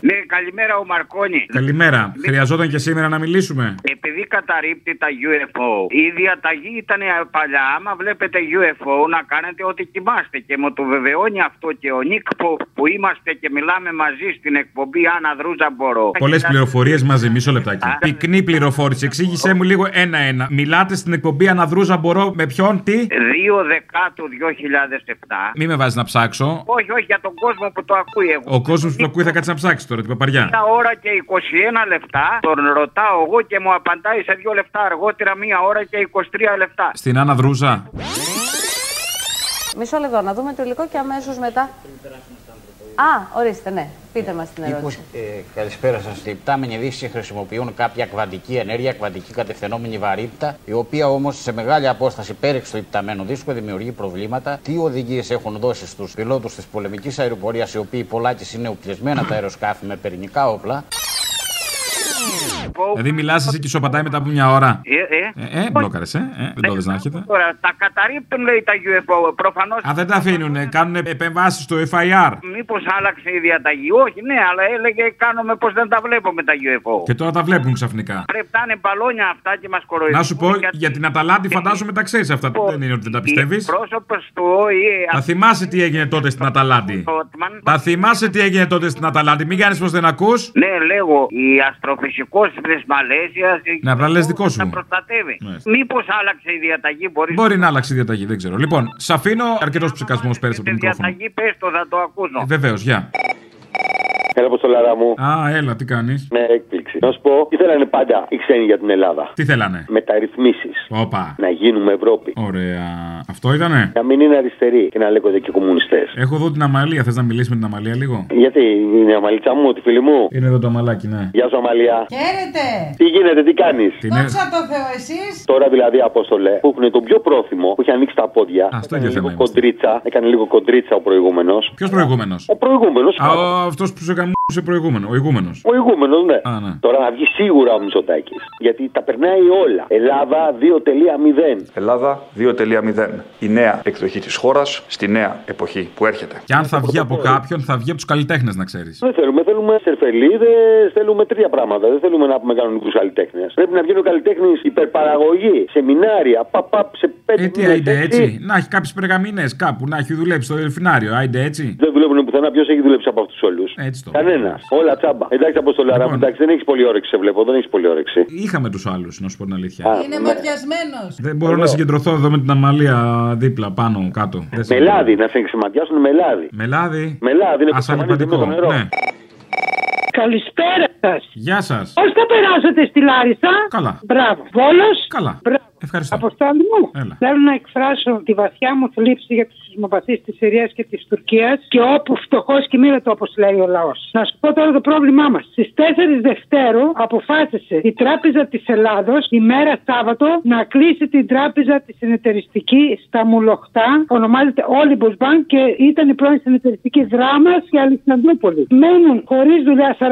Ναι, καλημέρα ο Μαρκόνη.
Καλημέρα. Χρειαζόταν και σήμερα να μιλήσουμε.
Επειδή κατά καταρρύπτει τα UFO. Η διαταγή ήταν παλιά. Άμα βλέπετε UFO, να κάνετε ότι κοιμάστε. Και μου το βεβαιώνει αυτό και ο Νίκ Ποφ που είμαστε και μιλάμε μαζί στην εκπομπή Άννα Δρούζα Μπορώ.
Πολλέ πληροφορίες μαζί, μισό λεπτάκι. Πυκνή πληροφόρηση. Εξήγησέ μου λίγο ένα-ένα. Μιλάτε στην εκπομπή Αναδρούζα Μπορώ με ποιον, τι.
2 Δεκάτου 2007.
Μη με βάζεις να ψάξω.
Όχι, όχι, για τον κόσμο που το ακούει εγώ.
Ο κόσμος που το ακούει θα κάτσει να ψάξει τώρα την παπαριά.
Μια ώρα και 21 λεπτά τον ρωτάω εγώ και μου απαντάει σε δύο λεπτά αργότερα μία ώρα και 23 λεπτά.
Στην Αναδρούζα.
Μισό λεπτό, να δούμε το υλικό και αμέσως μετά. Α, ορίστε, ναι. Πείτε μας την
Λοιπόν.
ερώτηση.
Ε, καλησπέρα σας. Οι πτάμενοι δύσει χρησιμοποιούν κάποια κβαντική ενέργεια, κβαντική κατευθυνόμενη βαρύτητα, η οποία όμως σε μεγάλη απόσταση πέριξ του υπταμένου δίσκου δημιουργεί προβλήματα. Τι οδηγίες έχουν δώσει στους πιλότους της πολεμικής αεροπορίας, οι οποίοι πολλά τη είναι οπλισμένα τα αεροσκάφη με πυρηνικά όπλα.
Δηλαδή, μιλάς εσύ και σοπατάει μετά από μια ώρα.
Ε, ε.
Ε, ε μπλόκαρες, ε, ε, δεν το δει να έρχεται.
Τώρα, τα καταρρύπτουν λέει τα UFO. Προφανώς.
Α, δεν τα αφήνουν, κάνουν επεμβάσεις στο FIR.
Μήπως άλλαξε η διαταγή. Όχι, ναι, αλλά έλεγε κάνουμε πως δεν τα βλέπουμε τα UFO.
Και τώρα τα βλέπουν ξαφνικά.
Πρέπει να είναι μπαλόνια αυτά και μας κοροϊδεύουν.
Να σου πω για την Αταλάντη, φαντάζομαι τα ξέρεις αυτά. Δεν είναι ότι δεν τα πιστεύεις.
Πρόσωπος του ΟΗΕ.
Θα θυμάσαι τι έγινε τότε στην Αταλάντη. Θα θυμάσαι τι έγινε τότε στην Αταλάντη. Μην κάνεις πως δεν ακούς.
Ναι, λέγω, η αστροφυσικός της Μαλαίσια.
Ναι, απλά λες δικό σου.
προστατεύει. Μήπως άλλαξε η διαταγή, μπορείς.
Μπορεί να άλλαξει η διαταγή, δεν ξέρω. Λοιπόν, σ' αφήνω αρκετός ψεκασμός πέρυσι από το
Η
μικρόφωνο.
διαταγή, πες το, θα το ακούσω.
Ε, Βεβαίως, γεια.
Έλα, Αποστολάρα μου.
Α, έλα, τι κάνεις.
Με έκπληξη. Να σου πω, ήθελανε πάντα οι ξένοι για την Ελλάδα.
Τι θέλανε.
Μεταρρυθμίσεις.
Όπα.
Να γίνουμε Ευρώπη.
Ωραία. Αυτό ναι. ήτανε.
Να μην είναι αριστεροί και να λέγονται και κομμουνιστές.
Έχω εδώ την Αμαλία. Θες να μιλήσεις με την Αμαλία λίγο.
Γιατί είναι η Αμαλίτσα μου, τη φίλη μου.
Είναι εδώ το αμαλάκι, ναι.
Γεια σου, Αμαλία.
Χαίρετε!
Τι γίνεται, τι κάνεις.
Δόξα τω Θεώ, εσείς!
Τώρα δηλαδή, Απόστολε, που έχουν τον πιο πρόθυμο, που έχει ανοίξει τα πόδια.
αυτό
έκανε
για
λίγο
θέμα είμαστε.
κοντρίτσα. Έκανε λίγο κοντρίτσα ο προηγούμενος.
Ποιος προηγούμενος.
Ο προηγούμενος.
Αυτός που σε καμούσε προηγούμενο. Ο ηγούμενος.
Ο ηγούμενος, ναι.
Α, ναι.
Τώρα να βγει σίγουρα ο Μητσοτάκης. Γιατί τα περνάει όλα. Ελλάδα 2.0.
Ελλάδα 2.0. Η νέα εκδοχή της χώρας στη νέα εποχή που έρχεται.
Και αν θα βγει από κάποιον, θα βγει από τους καλλιτέχνες, να ξέρεις.
Δεν θέλουμε, θέλουμε σερφελίδες, θέλουμε τρία πράγματα. Δεν θέλουμε να πούμε κανονικούς καλλιτέχνες. Πρέπει να βγαίνει ο καλλιτέχνης υπερπαραγωγή, σεμινάρια, παπαπ σε πέντε
Ε, τι,
μήνες,
άιντε
έτσι.
έτσι. Να έχει κάποιε περγαμίνε κάπου, να έχει δουλέψει στο δελφινάριο. Άιντε έτσι.
Δεν δουλεύουν πουθενά. Ποιος έχει δουλέψει από αυτούς όλους.
Έτσι το. Λοιπόν.
Κανένας. Όλα τσάμπα. Εντάξει, Αποστολάρα, μου, εντάξει, δεν έχεις πολύ όρεξη, σε βλέπω. Δεν έχεις πολύ όρεξη.
Είχαμε τους άλλους, να σου πω την αλήθεια.
Είναι μοριασμένος.
Δεν μπορώ να συγκεντρωθώ εδώ με την Αμαλία δίπλα, πάνω, κάτω. Δεν σε-
Μελάδι, να σε ξεματιάσουν μελάδι.
Μελάδι.
Μελάδι είναι που ξεματιάζεται με
Ασαλιπαντικό.
το νερό.
Ναι.
Καλησπέρα σας.
Γεια σας.
Πώς τα περάσατε στη Λάρισα.
Καλά.
Μπράβο. Βόλος.
Καλά.
Μπράβο.
Ευχαριστώ.
Αποστόλη μου.
Έλα.
Θέλω να εκφράσω τη βαθιά μου θλίψη για τους σεισμοπαθεί της Συρίας και της Τουρκίας και όπου φτωχός και μοίρατο, όπως λέει ο λαός. Να σου πω τώρα το πρόβλημά μας. Στις 4 Δευτέρου αποφάσισε η Τράπεζα της Ελλάδος ημέρα Σάββατο να κλείσει την τράπεζα της συνεταιριστική στα Μουλοχτά. Ονομάζεται Olympus Bank και ήταν η πρώην συνεταιριστική δράμα και Αλεξανδρούπολη. Μένουν χωρίς δουλειά 42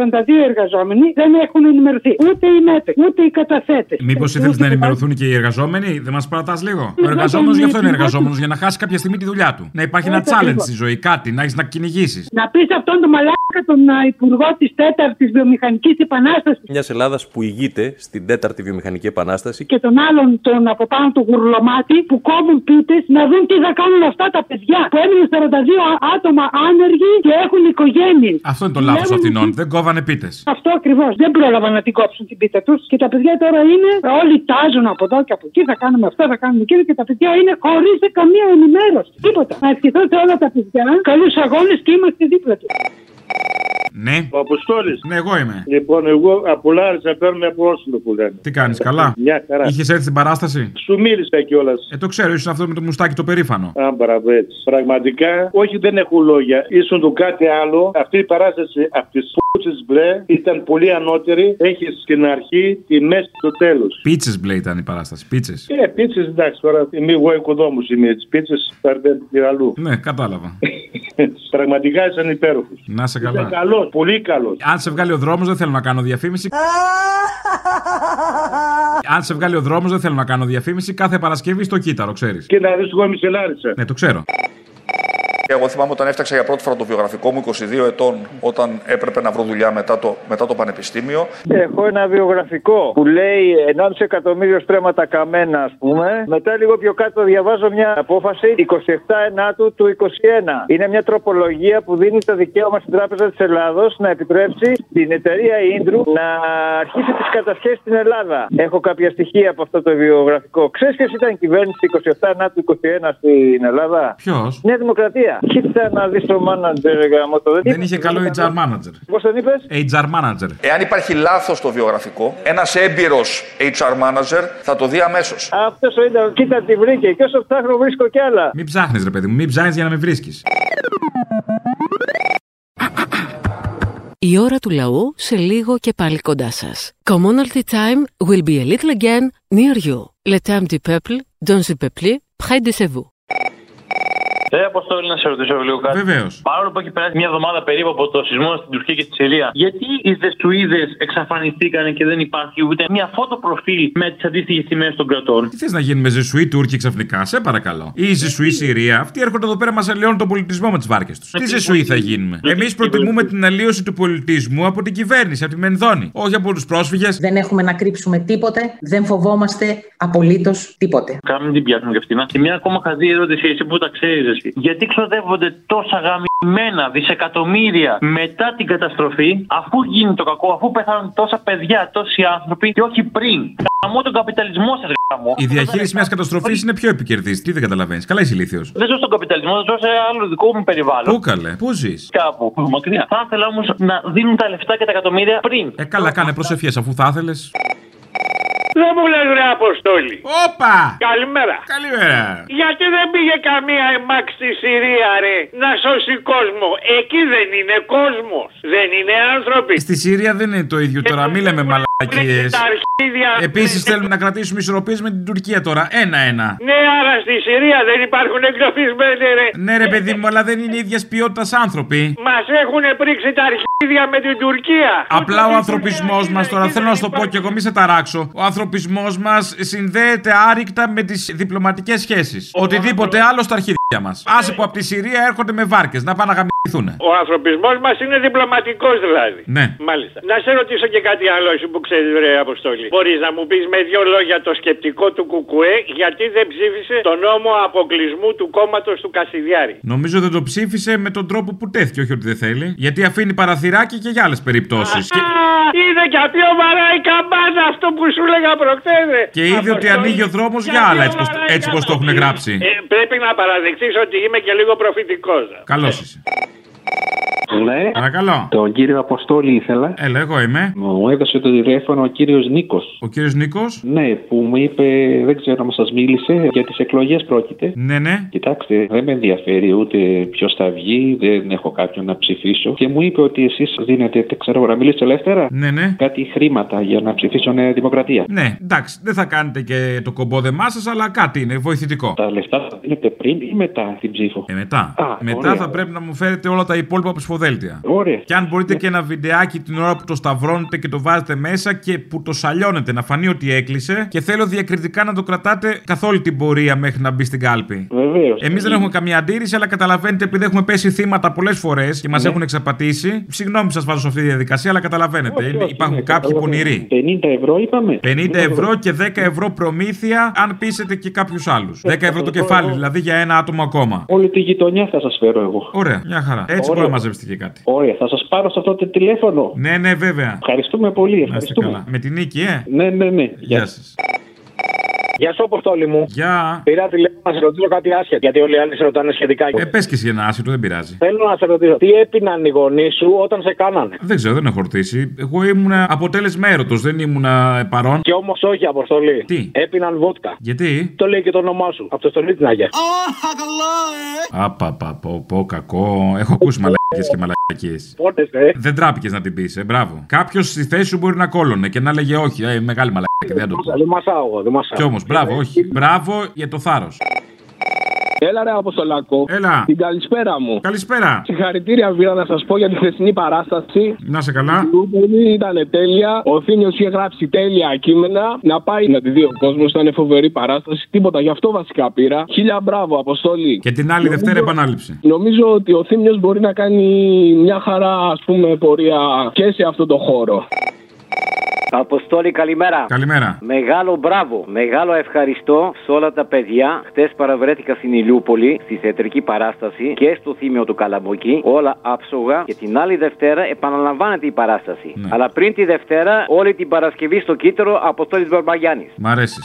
εργαζόμενοι, δεν έχουν ενημερωθεί ούτε οι μέτρε, ούτε οι καταθέτες.
Μήπως ήθελε να ενημερωθούν και οι εργαζόμενοι, δεν μας παρατάς λίγο. Ο
Ναι,
εργαζόμενο
ναι,
γι' αυτό είναι
ναι,
εργαζόμενος, για να χάσει κάποια στιγμή τη δουλειά του. Να υπάρχει ένα
Ναι,
challenge
ακριβώς.
στη ζωή, κάτι, να έχεις να κυνηγήσεις.
Να πεις αυτόν τον μαλάκα τον α, υπουργό της 4η βιομηχανικής επανάστασης
Μιας Ελλάδας που ηγείται στην τέταρτη βιομηχανική επανάσταση.
και τον άλλον τον από πάνω του γουρλωμάτι που κόβουν πίτες να δουν τι θα κάνουν αυτά τα παιδιά που έμειναν 42 άτομα άνεργοι και έχουν οικογένειες.
Αυτό είναι το λάθος
Λέγουν
αυτών. Δεν κόβανε πίτες.
Αυτό ακριβώς. Δεν πρόλαβαν να την κόψουν την πίτα τους. Και τα παιδιά τώρα είναι. Όλοι τάζουν από εδώ και από εκεί. Θα κάνουμε αυτό, θα κάνουμε εκείνο. Και τα παιδιά είναι χωρίς καμία ενημέρωση. Τίποτα. Να ευχηθώ σε όλα τα παιδιά. Καλούς αγώνες και είμαστε δίπλα τους.
Ναι.
Ο Αποστόλης.
Ναι, εγώ είμαι.
Λοιπόν, εγώ από Λάρισα παίρνω από Όσλο που λένε.
Τι κάνεις, καλά.
Μια χαρά.
Είχες έρθει στην παράσταση.
Σου μίλησα κιόλας.
Ε, το ξέρω, ήσουν αυτό με το μουστάκι το περήφανο.
Αν παραβέτς. Πραγματικά, όχι δεν έχω λόγια. Ήσουν του κάτι άλλο. Αυτή η παράσταση από τις πούτσε μπλε ήταν πολύ ανώτερη. Έχει στην αρχή, τη μέση, το τέλος.
Πίτσες μπλε ήταν η παράσταση. Πίτσες.
Ε, πίτσες εντάξει τώρα. Μη εγώ οικοδόμους είμαι. Τι πίτσε παίρνει αλλού.
Ναι, κατάλαβα.
Πραγματικά ήσαν υπέροχο.
Να σε
Ήταν
καλά.
καλός, πολύ καλός.
Αν σε βγάλει ο δρόμος, δεν θέλω να κάνω διαφήμιση. Αν σε βγάλει ο δρόμος, δεν θέλω να κάνω διαφήμιση. Κάθε Παρασκευή στο κύτταρο, ξέρεις.
Και να δεις, εγώ είμαι σε Λάρισα.
Ναι, το ξέρω.
Και εγώ θυμάμαι όταν έφτιαξα για πρώτη φορά το βιογραφικό μου 22 ετών, όταν έπρεπε να βρω δουλειά μετά το, μετά το πανεπιστήμιο.
Έχω ένα βιογραφικό που λέει 1,5 εκατομμύριο στρέμματα καμένα, ας πούμε. Μετά λίγο πιο κάτω διαβάζω μια απόφαση 27 Ενάτου του 21. Είναι μια τροπολογία που δίνει το δικαίωμα στην Τράπεζα της Ελλάδος να επιτρέψει την εταιρεία Ίντρου να αρχίσει τις κατασχέσεις στην Ελλάδα. Έχω κάποια στοιχεία από αυτό το βιογραφικό. Ξέρεις ποιος ήταν η κυβέρνηση 27 Ενάτου του 21 στην Ελλάδα.
Ποιος?
Νέα Δημοκρατία. Κοίτα να δεις το μάνατζερ γάμο το
Δεν είχε καλό HR manager.
Πώς τον είπες?
HR manager.
Εάν υπάρχει λάθος στο βιογραφικό, ένας έμπειρος HR manager θα το δει αμέσως.
Αυτός ο Ίντρου, κοίτα τι βρήκε. Και όσο ψάχνω βρίσκω κι άλλα.
Μην ψάχνεις, ρε παιδί μου, μην ψάχνεις για να με βρίσκεις.
Η ώρα του λαού σε λίγο και πάλι κοντά σας. Commonalty time will be a little again near you. Le temps du peuple, dans le peuple, près de chez vous.
Ε, Αποστόλη, να σε ρωτήσω λίγο κάτι.
Βεβαίως.
Παρόλο που έχει περάσει μια εβδομάδα περίπου από το σεισμό στην Τουρκία και στη Συρία, γιατί οι δε Σουηδέ εξαφανιστήκαν και δεν υπάρχει ούτε μια φώτο προφίλ με τις αντίστοιχες σημαίε των κρατών.
Τι θες να γίνει με Ζεσουή Τούρκοι ξαφνικά, σε παρακαλώ. Ή Ζεσουή Συρία, αυτοί έρχονται εδώ πέρα μας αλλοιώνουν τον πολιτισμό με τις βάρκες τους. Τι Ζεσουή θα γίνουμε. Εμεί προτιμούμε την αλλίωση του πολιτισμού από την κυβέρνηση, από τη Μενδόνη. Όχι από τους πρόσφυγες.
Δεν έχουμε να κρύψουμε τίποτε, δεν φοβόμαστε απολύτως τίποτε.
Κάμε μην την πιάσουμε και αυτήν. Και μια ακόμα χαζή ερώτηση, εσύ που τα ξέρεις, εσύ. Γιατί ξοδεύονται τόσα γαμημένα δισεκατομμύρια μετά την καταστροφή, αφού γίνει το κακό, αφού πεθάνουν τόσα παιδιά, τόσοι άνθρωποι, και όχι πριν. Καμώ τον καπιταλισμό σας, γαμώ.
Η διαχείριση μιας καταστροφής είναι πιο επικερδής. Τι δεν καταλαβαίνεις. Καλά είσαι ηλίθιος.
Δεν ζω στον καπιταλισμό, ζω σε άλλο δικό μου περιβάλλον.
Πού καλέ, πού ζεις.
Κάπου, μακριά. Θα ήθελα όμως να δίνουν τα λεφτά και τα εκατομμύρια πριν.
Ε, καλά, κάνε προσευχές αφού θα ήθελες.
Δεν μου λες ρε Αποστόλη.
Όπα!
Καλημέρα.
Καλημέρα.
Γιατί δεν πήγε καμία εμάξ στη Συρία ρε να σώσει κόσμο. Εκεί δεν είναι κόσμος. Δεν είναι Ε, άνθρωποι. Ε,
Στη Συρία δεν είναι το ίδιο τώρα, μη λέμε μαλακίε.
Τα αρχίδια.
Επίση
Ε,
θέλουμε να κρατήσουμε ισορροπίες με την Τουρκία τώρα. Ένα-ένα.
Ναι, άρα στη Συρία δεν υπάρχουν εγκλωβισμένοι ρε. Ε,
Ναι, ρε παιδί μου, αλλά δεν είναι ίδιας ποιότητας άνθρωποι.
Μας έχουν πρίξει τα αρχίδια με την Τουρκία.
Απλά
ε,
ο ανθρωπισμό μα τώρα, θέλω να σου το πω και εγώ, μη σε ταράξω. Ο ανθρωπισμός μας συνδέεται άρρηκτα με τις διπλωματικές σχέσεις. Οτιδήποτε άλλο στα αρχίδια μα. Άσε που από τη Συρία έρχονται με βάρκες να πάνε να γαμηθούν.
Ε. Ο ανθρωπισμός μας είναι διπλωματικός δηλαδή.
Ναι.
Μάλιστα. Να σε ρωτήσω και κάτι άλλο, εσύ που ξέρεις, ρε Αποστολή. Μπορείς να μου πεις με δύο λόγια το σκεπτικό του Κουκουέ, γιατί δεν ψήφισε τον νόμο αποκλεισμού του κόμματος του Κασιδιάρη.
Νομίζω δεν το ψήφισε με τον τρόπο που τέθηκε, όχι ότι δεν θέλει. Γιατί αφήνει παραθυράκι και για άλλες περιπτώσεις. Και,
Α, είδε και απ' πιο βαράει η καμπάνα αυτό που σου λέγα προχτές, ρε.
και είδε ότι ανοίγει ο δρόμος για άλλα, έτσι πως- έτσι πως το έχουν γράψει.
Ε, πρέπει να παραδεχτείς ότι είμαι και λίγο προφητικός.
Καλώς είσαι.
Ναι.
Παρακαλώ.
Τον κύριο Αποστόλη ήθελα.
Έλα, εγώ είμαι.
Μου έδωσε το τηλέφωνο ο κύριος Νίκος.
Ο κύριος Νίκος.
Ναι, που μου είπε, δεν ξέρω αν σας μίλησε, για τις εκλογές πρόκειται.
Ναι, ναι.
Κοιτάξτε, δεν με ενδιαφέρει ούτε ποιος θα βγει, δεν έχω κάποιον να ψηφίσω. Και μου είπε ότι εσείς δίνετε, δεν ξέρω να μιλήσετε ελεύθερα.
Ναι, ναι.
Κάτι χρήματα για να ψηφίσω Νέα Δημοκρατία.
Ναι, εντάξει, δεν θα κάνετε και το κομπόδεμά σας, αλλά κάτι είναι βοηθητικό.
Τα λεφτά θα δίνετε πριν ή μετά την ψήφο.
Ε, μετά.
Α,
Μετά
ωραία.
θα πρέπει να μου φέρετε όλα τα υπόλοιπα ψηφοδέλτια.
Ωραία. Ναι.
Και αν μπορείτε και ένα βιντεάκι την ώρα που το σταυρώνετε και το βάζετε μέσα και που το σαλιώνετε να φανεί ότι έκλεισε. Και θέλω διακριτικά να το κρατάτε καθ' όλη την πορεία μέχρι να μπει στην κάλπη.
Βεβαίως.
Εμείς δεν έχουμε καμία αντίρρηση, αλλά καταλαβαίνετε επειδή έχουμε πέσει θύματα πολλές φορές και μας
Ναι.
έχουν εξαπατήσει. Συγγνώμη που σας βάζω σε αυτή τη διαδικασία, αλλά καταλαβαίνετε. είναι- υπάρχουν
ναι,
κάποιοι πονηροί.
50 ευρώ είπαμε.
50 ευρώ και 10 ευρώ προμήθεια, αν πείσετε και κάποιους άλλους.
Ναι,
10 ευρώ το κεφάλι, δηλαδή για ένα άτομο ακόμα.
Όλη τη γειτονιά θα σας φέρω εγώ.
Ωραία, μια χαρά. Έτσι
Ωραία.
μπορεί να μαζέψετε και κάτι.
Ωραία, θα σας πάρω σε αυτό το τηλέφωνο.
Ναι, ναι, βέβαια.
Ευχαριστούμε πολύ.
Να είστε καλά. Με την νίκη, ε.
Ναι, ναι, ναι.
Γεια σα.
Γεια σου, Αποστόλη μου.
Γεια.
Πήρα τηλέφωνο να σε ρωτήσω κάτι άσχετο, γιατί όλοι οι άλλοι σε ρωτάνε σχετικά.
Ε, πες και εσύ ένα άσχετο, δεν πειράζει.
Θέλω να σε ρωτήσω, τι έπιναν οι γονείς σου όταν σε κάνανε.
Δεν ξέρω, δεν έχω ρωτήσει. Εγώ ήμουνα αποτέλεσμα έρωτος, δεν ήμουνα παρόν.
Και όμως όχι, Αποστολή.
Τι?
Έπιναν βότκα.
Γιατί?
Το λέει και το όνομά σου. Από το στολί την Αγία.
Απαπαποπο, κακό. Έχω ακούσει μαλακίες και μαλακίες.
Πότες, ε.
Δεν τράπηκες να την πεις, ε, μπράβο. Κάποιος στη θέση σου μπορεί να κόλωνε και να λέγε όχι, ε, μεγάλη μαλακία, δεν το πω.
Δεν μασάω εγώ, δεν μασάω.
Κι όμως, μπράβο, όχι. Μπράβο για το θάρρος.
Έλα ρε Αποστολάκο.
Έλα.
Την καλησπέρα μου.
Καλησπέρα.
Συγχαρητήρια πήρα να σας πω για τη χθεσινή παράσταση.
Να σε καλά.
Λούπολη ήταν τέλεια. Ο Θήμιος είχε γράψει τέλεια κείμενα. Να πάει να τη δει ο κόσμος. Ήταν φοβερή παράσταση. Τίποτα γι' αυτό βασικά πήρα. Χίλια μπράβο, Αποστολή.
Και την άλλη Δευτέρα επανάληψη.
Νομίζω ότι ο Θήμιος μπορεί να κάνει μια χαρά, ας πούμε, πορεία και σε αυτό το χώρο.
Αποστόλη, καλημέρα.
Καλημέρα.
Μεγάλο μπράβο. Μεγάλο ευχαριστώ σε όλα τα παιδιά. Χθες παραβρέθηκα στην Ηλιούπολη, στη θεατρική παράσταση και στο θύμιο του Καλαμποκή. Όλα άψογα. Και την άλλη Δευτέρα επαναλαμβάνεται η παράσταση.
Ναι.
Αλλά πριν τη Δευτέρα, όλη την Παρασκευή στο κύτταρο Αποστόλης Μπαρμπαγιάννη.
Μ' αρέσεις.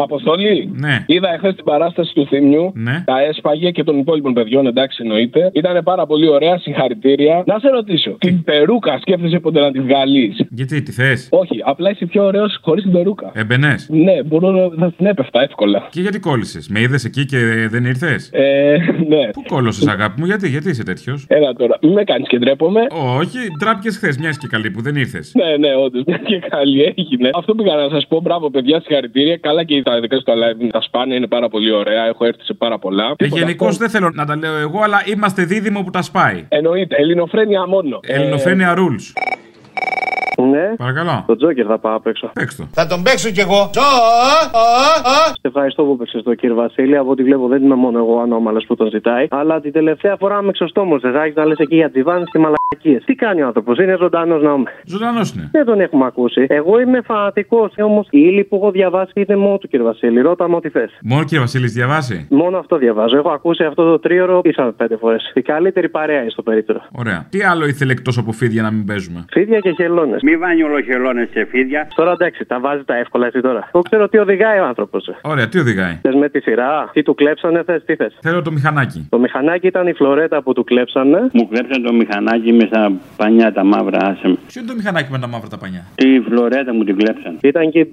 Αποστολή.
Ναι.
Είδα εχθές την παράσταση του Θήμιου.
Ναι.
Τα έσπαγε και των υπόλοιπων παιδιών, εντάξει εννοείται. Ήταν πάρα πολύ ωραία, συγχαρητήρια. Να σε ρωτήσω, την περούκα σκέφτεσαι ποτέ να τη βγάλεις.
Γιατί, τι θες.
Όχι, απλά είσαι πιο ωραίος χωρίς την περούκα.
Εμπενέ.
Ναι, μπορώ να θα την έπεφτα εύκολα.
Και γιατί κόλλησες. Με είδες εκεί και δεν ήρθες.
Ε, ναι.
Πού κόλλωσες, αγάπη μου, γιατί, γιατί είσαι τέτοιος.
Έλα τώρα, μην με κάνεις και ντρέπομαι.
Όχι, ντράπηκες χθες, μιας και καλή που δεν ήρθες.
Ναι, ναι, όντως. Μιας και καλή έγινε. Αυτό πήγα να σας πω. Μπράβο, παιδιά, συγχαρητήρια. Καλά και τα δικά σου τα live. Τα σπάνε είναι πάρα πολύ ωραία. Έχω έρθει σε πάρα πολλά.
Ε,
Τίποτα
Γενικώς
ακόμα.
δεν θέλω να τα λέω εγώ, αλλά είμαστε δίδυμο που τα σπάει.
Εννοείται. Ελληνοφρένια μόνο. Ε,
Ελληνοφρένια rules.
Ναι.
Παρακαλώ.
Το Τζόκερ θα πάω απ' έξω.
Παίξτε.
Θα τον παίξω κι εγώ. Σε ευχαριστώ που παίξες το κύριε Βασίλη. Από ό,τι βλέπω δεν είμαι μόνο εγώ ανώμαλος που τον ζητάει. Αλλά την τελευταία φορά με ξεστόμωσες. Άρχισε να λες εκεί για τριβάνε και μαλακίες. Τι κάνει ο άνθρωπος, είναι ζωντανός να είμαι.
Ζωντανός είναι.
Δεν τον έχουμε ακούσει. Εγώ είμαι φανατικός. Όμως η ύλη που έχω διαβάσει είναι μόνο του κύριε Βασίλη. Ρώτα μου ό,τι θες.
Μόνο κύριε Βασίλης, διαβάσει.
Μόνο αυτό διαβάζω. Έχω ακούσει αυτό το τρίωρο ίσα πέντε φορές. Η καλύτερη παρέα είναι στο περίπτερο.
Ωραία. Τι άλλο ήθελε εκτός από φίδια να μην παίζουμε.
Φίδια και χελώνες.
Μη βάνει όλο χελώνε σε φίδια.
Τώρα εντάξει, τα βάζει τα εύκολα εσύ τώρα. Εγώ ξέρω τι οδηγάει ο άνθρωπος.
Ωραία, τι οδηγάει.
Θες με τη σειρά, τι του κλέψανε, θες, τι θες.
Θέλω το μηχανάκι.
Το μηχανάκι ήταν η φλωρέτα που του κλέψανε.
Μου κλέψαν το μηχανάκι με στα πανιά τα μαύρα, άσε με.
Ποιο είναι το μηχανάκι με τα μαύρα τα πανιά.
Τη φλωρέτα μου την κλέψαν.
Ήταν και η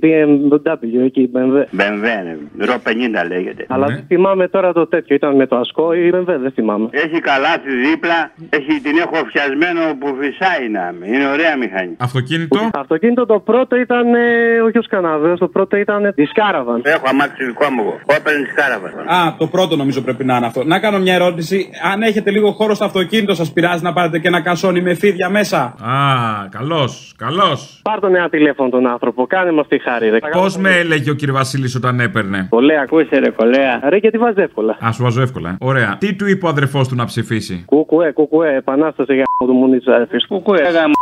BMW, εκεί η BMW.
Μπεμβένε, ρο 50 λέγεται.
Αλλά
Ναι.
δεν θυμάμαι τώρα το τέτοιο. Ήταν με το ασκό ή η BMW, δεν θυμάμαι.
Έχει καλάθι δίπλα, έχει, την έχω φτιασμένο που φυσάει να είμαι. Είναι ωραία μηχανή.
Αυτοκίνητο.
Αυτοκίνητο το πρώτο ήταν ε, όχι ο Καναδέο, το πρώτο ήταν ε, τη Σκάραβαν.
Έχω αμάξι δικό μου εγώ. Όπεν σκάραβα.
Α, το πρώτο νομίζω πρέπει να είναι αυτό. Να κάνω μια ερώτηση. Αν έχετε λίγο χώρο στο αυτοκίνητο, σας πειράζει να πάρετε και ένα κασόνι με φίδια μέσα.
Α, καλό, καλό.
Πάρ τον ένα τηλέφωνο τον άνθρωπο, κάνε με αυτή τη χάρη. Ρε.
Πώς με έλεγε ο κύριο Βασίλης όταν έπαιρνε.
Κολέα, ακούσε ρε, κολέα. Ρε, γιατί βάζεις εύκολα.
Ας, σου βάζω εύκολα. ε. Ωραία. Τι του είπε ο αδερφός του να ψηφίσει.
Κουκουέ, κουκουέ, επανάσταση για το μουνί της αδερφής. Κουκουέ,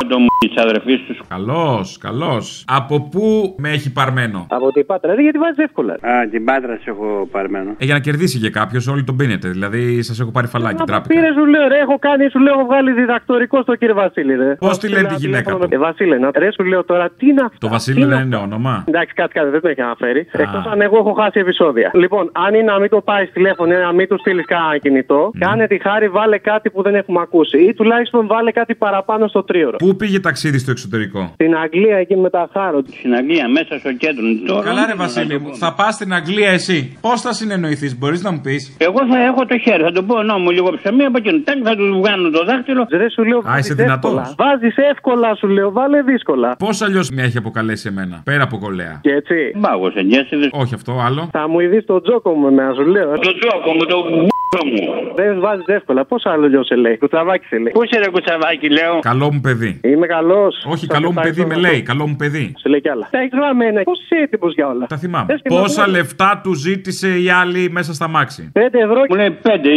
το μου τη αδερφής του.
Καλό, καλό. Από πού με έχει παρμένο.
Από την πάτρα, ρε, γιατί βάζεις εύκολα.
Α, την πάτρα σε έχω παρμένο.
Ε, για να κερδίσει και κάποιος, όλοι τον πίνετε. Δηλαδή, σας έχω πάρει φαλάκι, τράπεζα.
Πήρες, σου λέω, ρε, έχω κάνει, σου λέω, έχω βγάλει διδακτορικό στο κύριε Βασίλη, ρε.
Πώς τη λένε τη γυναίκα του.
Ε, Βασίλη, να ρε, σου λέω τώρα, τι να
Το Βασίλη δεν είναι όνομα.
Εντάξει, κάτι κάτι δεν το έχει αναφέρει. Εκτός αν εγώ έχω χάσει επεισόδια. Λοιπόν, αν είναι να μην το πάρεις τηλέφωνο ή να μην του στείλεις κανένα κινητό, κάνε τη χάρη, βάλε κάτι που δεν έχουμε ακούσει. Ή τουλάχιστον βάλε κάτι παραπάνω στο τρίωρο.
Πού πήγε ταξίδι στο εξωτερικό.
Στην Αγγλία εκεί με τα χάροντ.
Στην Αγγλία, μέσα στο κέντρο. Τώρα,
Καλά, ρε Βασίλη μου, θα πας στην Αγγλία εσύ. Πώς θα συνεννοηθείς, μπορείς να μου πεις.
Εγώ θα έχω το χέρι, θα το πω νόμο λίγο ψωμί από εκείνο. Τάκ, θα τους βγάλω το δάχτυλο.
Δεν σου λέω.
Α, είσαι δυνατός.
Βάζεις εύκολα, σου λέω, βάλε δύσκολα.
Πώς αλλιώς με έχει αποκαλέσει εμένα, πέρα από κολέα.
Και έτσι.
Μάγο, εγγέσιδε.
Όχι αυτό, άλλο.
Θα μου ειδείς τον τζόκο μου εμένα, σου λέω. ε.
Το τζόκο μου, το μπ***ο μου.
Δεν βάζεις εύκολα. Πώς άλλο λιώ σε λέει. Κουτσαβάκι σε λέει.
Πού είσαι ρε κουτσαβάκι, λέω.
Καλό μου παιδί.
Είμαι καλός.
Όχι, καλό μου παιδί με λέει, καλό μου παιδί.
Σε λέει κι άλλα. Τα έχει μένα. Πώ ναι. είσαι έτοιμος για όλα.
Τα θυμάμαι.
Θες και να
Πόσα
δω.
λεφτά του ζήτησε η άλλη μέσα στα μάξι.
5 ευρώ.
Μου λέει 5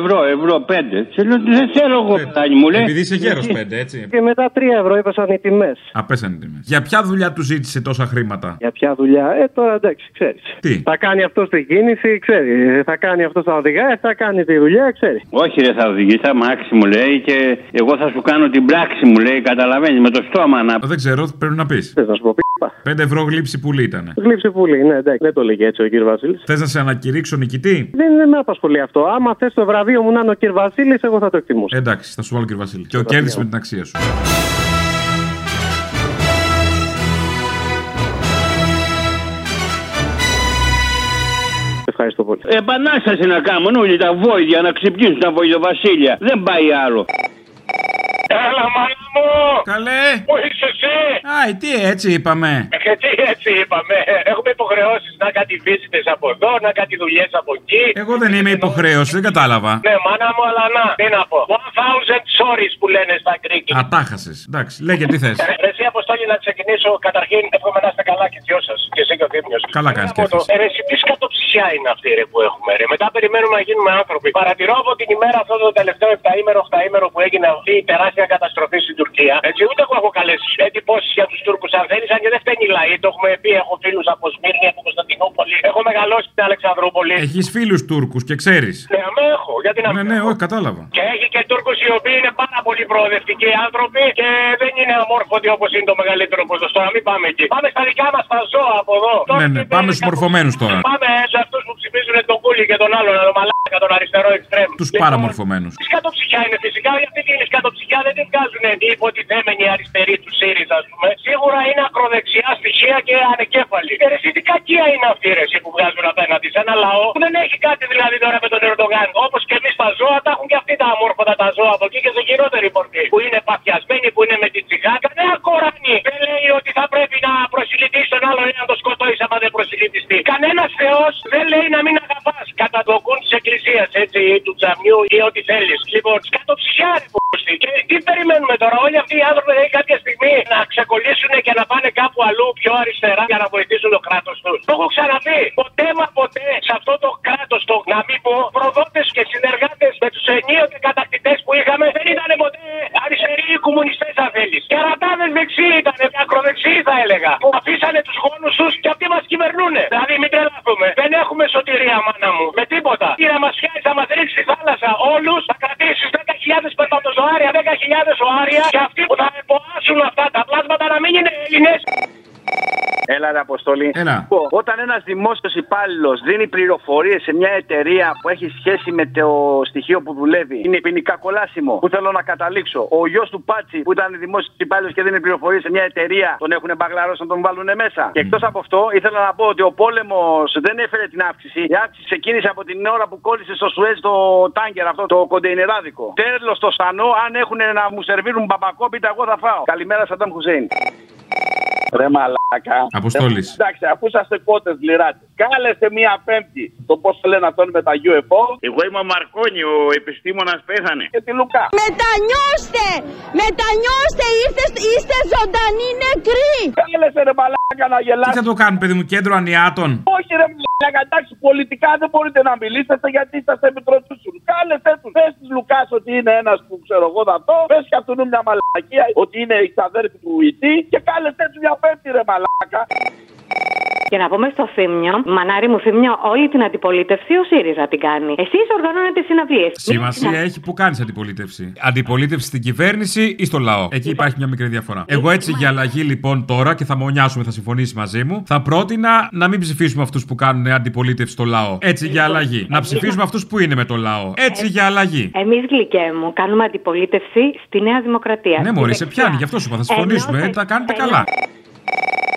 ευρώ, ευρώ, 5. Σε λέω δεν θέλω εγώ, παιδάκι μου λέει.
Επειδή είσαι γέρος πέντε, έτσι.
Και μετά 3 ευρώ είπασαν οι τιμές.
Απέσανε τιμές. Για ποια δουλειά του ζήτησε τόσα χρήματα.
Για ποια δουλειά. Ε, τώρα εντάξει, ξέρεις.
Τι?
Θα κάνει αυτός την κίνηση, ξέρεις. Ε, Θα κάνει αυτός τα οδηγά, ε, θα κάνει τη δουλειά, ξέρεις.
Όχι, ρε, θα οδηγήσει αμάξι μου λέει και εγώ θα σου κάνω την πράξη μου λέει. Καταλαβαίνεις με το στόμα να.
Δεν ξέρω, πρέπει να πεις.
Θες να σου πω πίπα.
5 ευρώ γλύψη πουλή ήταν.
Γλύψε πουλή, ναι, εντάξει. Δεν το λέγε έτσι ο κύριος Βασίλης.
Θες να σε ανακηρύξω νικητή.
Δεν δεν με απασχολεί αυτό. Άμα θες το βραβείο μου να είναι ο κύριος Βασίλης, εγώ θα το εκτιμούσα.
Εντάξει, θα σου βάλω κύριε Βασίλη. Και ο κέρδης με την αξία σου.
Ευχαριστώ πολύ.
Επανάσταση να κάνουν όλοι τα βόηδια, να ξυπνήσουν τα βόηδια βασίλεια. Δεν πάει άλλο.
Έλα, μάνα μου!
Καλέ!
Πού είσαι εσύ!
Άι, Ε, τι έτσι είπαμε.
Ε, τι έτσι είπαμε. Έχουμε υποχρεώσεις να κάτι βίζετε από εδώ, να κάτι δουλειές από εκεί.
Εγώ δεν είμαι υποχρέωση, δεν κατάλαβα.
Ναι, μάνα μου, αλλά να. Τι να πω. 1000 sorries που λένε στα Greek.
Ατάχασες. Εντάξει, λέγε τι θες.
Ε, Εσύ αποστόλη να ξεκινήσω. Καταρχήν, εύχομαι να είστε καλά και οι δυο σας. Και εσύ και ο Δήμιος.
Καλά κάνεις και
Από το
αυτό.
ρε, εσύ τι σκατοψυχιά είναι αυτή ρε, που έχουμε. Ρε. Μετά περιμένουμε να γίνουμε άνθρωποι. Παρατηρώ από την ημέρα αυτό το τελευταίο 7ήμερο, 8ήμερο που έγινε αυτή η τεράστια καταστροφή στην Τουρκία. Έτσι, ούτε εγώ έχω καλέ εντυπώσεις για τους Τούρκους. Αν θέλεις, αν και δεν φταίνει η λαή, το έχουμε πει. Έχω φίλους από Σμύρνη, από Κωνσταντινούπολη. Έχω μεγαλώσει στην Αλεξανδρούπολη.
Έχεις φίλους Τούρκους και ξέρεις.
Ναι, με έχω. Γιατί να
Ναι, ναι, όχι, κατάλαβα.
και έχει και Τούρκους οι οποίοι είναι πάρα πολύ προοδευτικοί άνθρωποι και δεν είναι αμόρφωτοι όπως είναι το μεγαλύτερο ποσοστό. Να μην πάμε εκεί. Πάμε στα δικά μας τα ζώα από εδώ.
Ναι, ναι, πάμε στου μορφωμένους τώρα.
Πάμε σε αυτούς που ψηφίζουν τον Κούλι και τον άλλον, τον Μαλάκα, τον αριστερό εξτρέμ.
Του παραμορφωμένους.
Η σκατοψυχιά είναι φυσικά, γιατί την σκατοψυχιά δεν την βγάζουν Ε, οι υποτιθέμενοι αριστεροί του ΣΥΡΙΖΑ, ας πούμε. Σίγουρα είναι ακροδεξιά στοιχεία και ανεκέφαλη. Ε, ρε, εσύ τι κακία είναι αυτή η ρεσί που βγάζουν απέναντι σε ένα λαό που δεν έχει κάτι δηλαδή τώρα με τον Ερντογάν. Όπως και εμείς τα ζώα, τα έχουν και αυτοί τα αμόρφωτα τα ζώα από εκεί και σε χειρότερη μορφή. Που είναι παθιασμένοι, που είναι με την τσιγάκα. Κανένα κοράνι δεν λέει ότι θα πρέπει να προσιλητήσει τον άλλον ή να το σκοτώσει άμα δεν προσιλητιστεί. Κανένας Θεός δεν λέει να μην αγαπάς κατά το κούν της εκκλησίας, έτσι, ή του τζαμιού ή ό,τι θέλεις. Λοιπόν, σκατοψυχιά ρε πούστη. Και τι περιμένουμε τώρα, όλοι αυτοί οι άνθρωποι λέει κάποια στιγμή να ξεκολλήσουν και να πάνε κάπου αλλού πιο αριστερά για να βοηθήσουν το κράτος τους. Το έχω ξαναπεί. Ποτέ μα ποτέ σε αυτό το κράτος το να μην πω προδότες και συνεργάτες με τους ενίοτε κατακτητές που είχαμε δεν ήταν ποτέ αριστεροί ή κομμουνιστές αν θέλεις. Κερατάδε δεξί ήταν, ακροδεξιοί θα έλεγα. Που αφήσανε τους γόνους τους και αυτοί μας κυβερνούν. Δηλαδή μην τρελαθούμε. Δεν έχουμε σωτηρία, μάνα μου. Με τίποτα. Τι να μα πιάσει, θα μα ρίξει στη θάλασσα όλου, θα κρατήσει 10.000 περπατοζωάρια, 10.000 οάρια και αυτοί που θα εποάσουν αυτά τα πλάσματα να μην είναι Ελληνέ.
Έλα, ρε Αποστολή.
Έλα.
Λοιπόν, Όταν ένας δημόσιος υπάλληλος δίνει πληροφορίες σε μια εταιρεία που έχει σχέση με το στοιχείο που δουλεύει, είναι ποινικά κολάσιμο. Που θέλω να καταλήξω. Ο γιος του Πάτσι που ήταν δημόσιος υπάλληλος και δίνει πληροφορίες σε μια εταιρεία, τον έχουν μπαγλαρώσει να τον βάλουν μέσα. Και εκτός από αυτό, ήθελα να πω ότι ο πόλεμος δεν έφερε την αύξηση. Η αύξηση ξεκίνησε από την ώρα που κόλλησε στο Σουέζ το τάγκερ αυτό, το κοντεϊνεράδικο. Τέλος το σανό, αν έχουν να μου σερβίρουν μπαμπακόπιτα, εγώ θα φάω. Καλημέρα, Σαντάμ Χουσέιν.
Ρε μαλάκα.
Αποστόλης.
Ε, Εντάξει, αφού είσαστε κότες λιράτες. Κάλεσε μία πέμπτη. Το πώς λένε αυτόν με τα UFO.
Εγώ είμαι ο Μαρκόνι, ο επιστήμονας πέθανε.
Και τη Λουκά.
Ναι, Μετανιώστε! Μετανιώστε! Είστε, είστε ζωντανοί νεκροί!
Κάλεσε ρε μαλάκα να
Τι
γελάσει.
θα το κάνουν, παιδί μου, κέντρο ανιάτων.
Όχι ρε μαλάκα, εντάξει, πολιτικά δεν μπορείτε να μιλήσετε γιατί είσαστε επιτροπούσουν. Κάλεσε τους. Πες της Λουκάς ότι είναι ένας που ξέρω εγώ θα το. Πες και αυτού μια μαλακία ότι είναι η ξαδέρφη του Ιτή. Και κάλεσε τους μια πέμπτη ρε μαλάκα.
Και να πούμε στο Φίμιο, μανάρι μου Φίμιο, όλη την αντιπολίτευση ο ΣΥΡΙΖΑ την κάνει. Εσείς οργανώνετε συναυλίε.
Σημασία έχει που κάνεις αντιπολίτευση. Αντιπολίτευση στην κυβέρνηση ή στο λαό. Εκεί υπάρχει μια μικρή διαφορά. Εγώ έτσι για αλλαγή λοιπόν τώρα και θα μονιάσουμε, θα συμφωνήσει μαζί μου, θα πρότεινα να μην ψηφίσουμε αυτούς που κάνουν αντιπολίτευση στο λαό. Έτσι για αλλαγή. Να ψηφίσουμε αυτούς που είναι με το λαό. Έτσι για αλλαγή.
Εμείς, γλυκέ μου, κάνουμε αντιπολίτευση στη Νέα Δημοκρατία.
Ναι, Μωρή, σε πιάνει, γι' αυτό σου είπα. Θα συμφωνήσουμε. ε, Τα κάνετε καλά.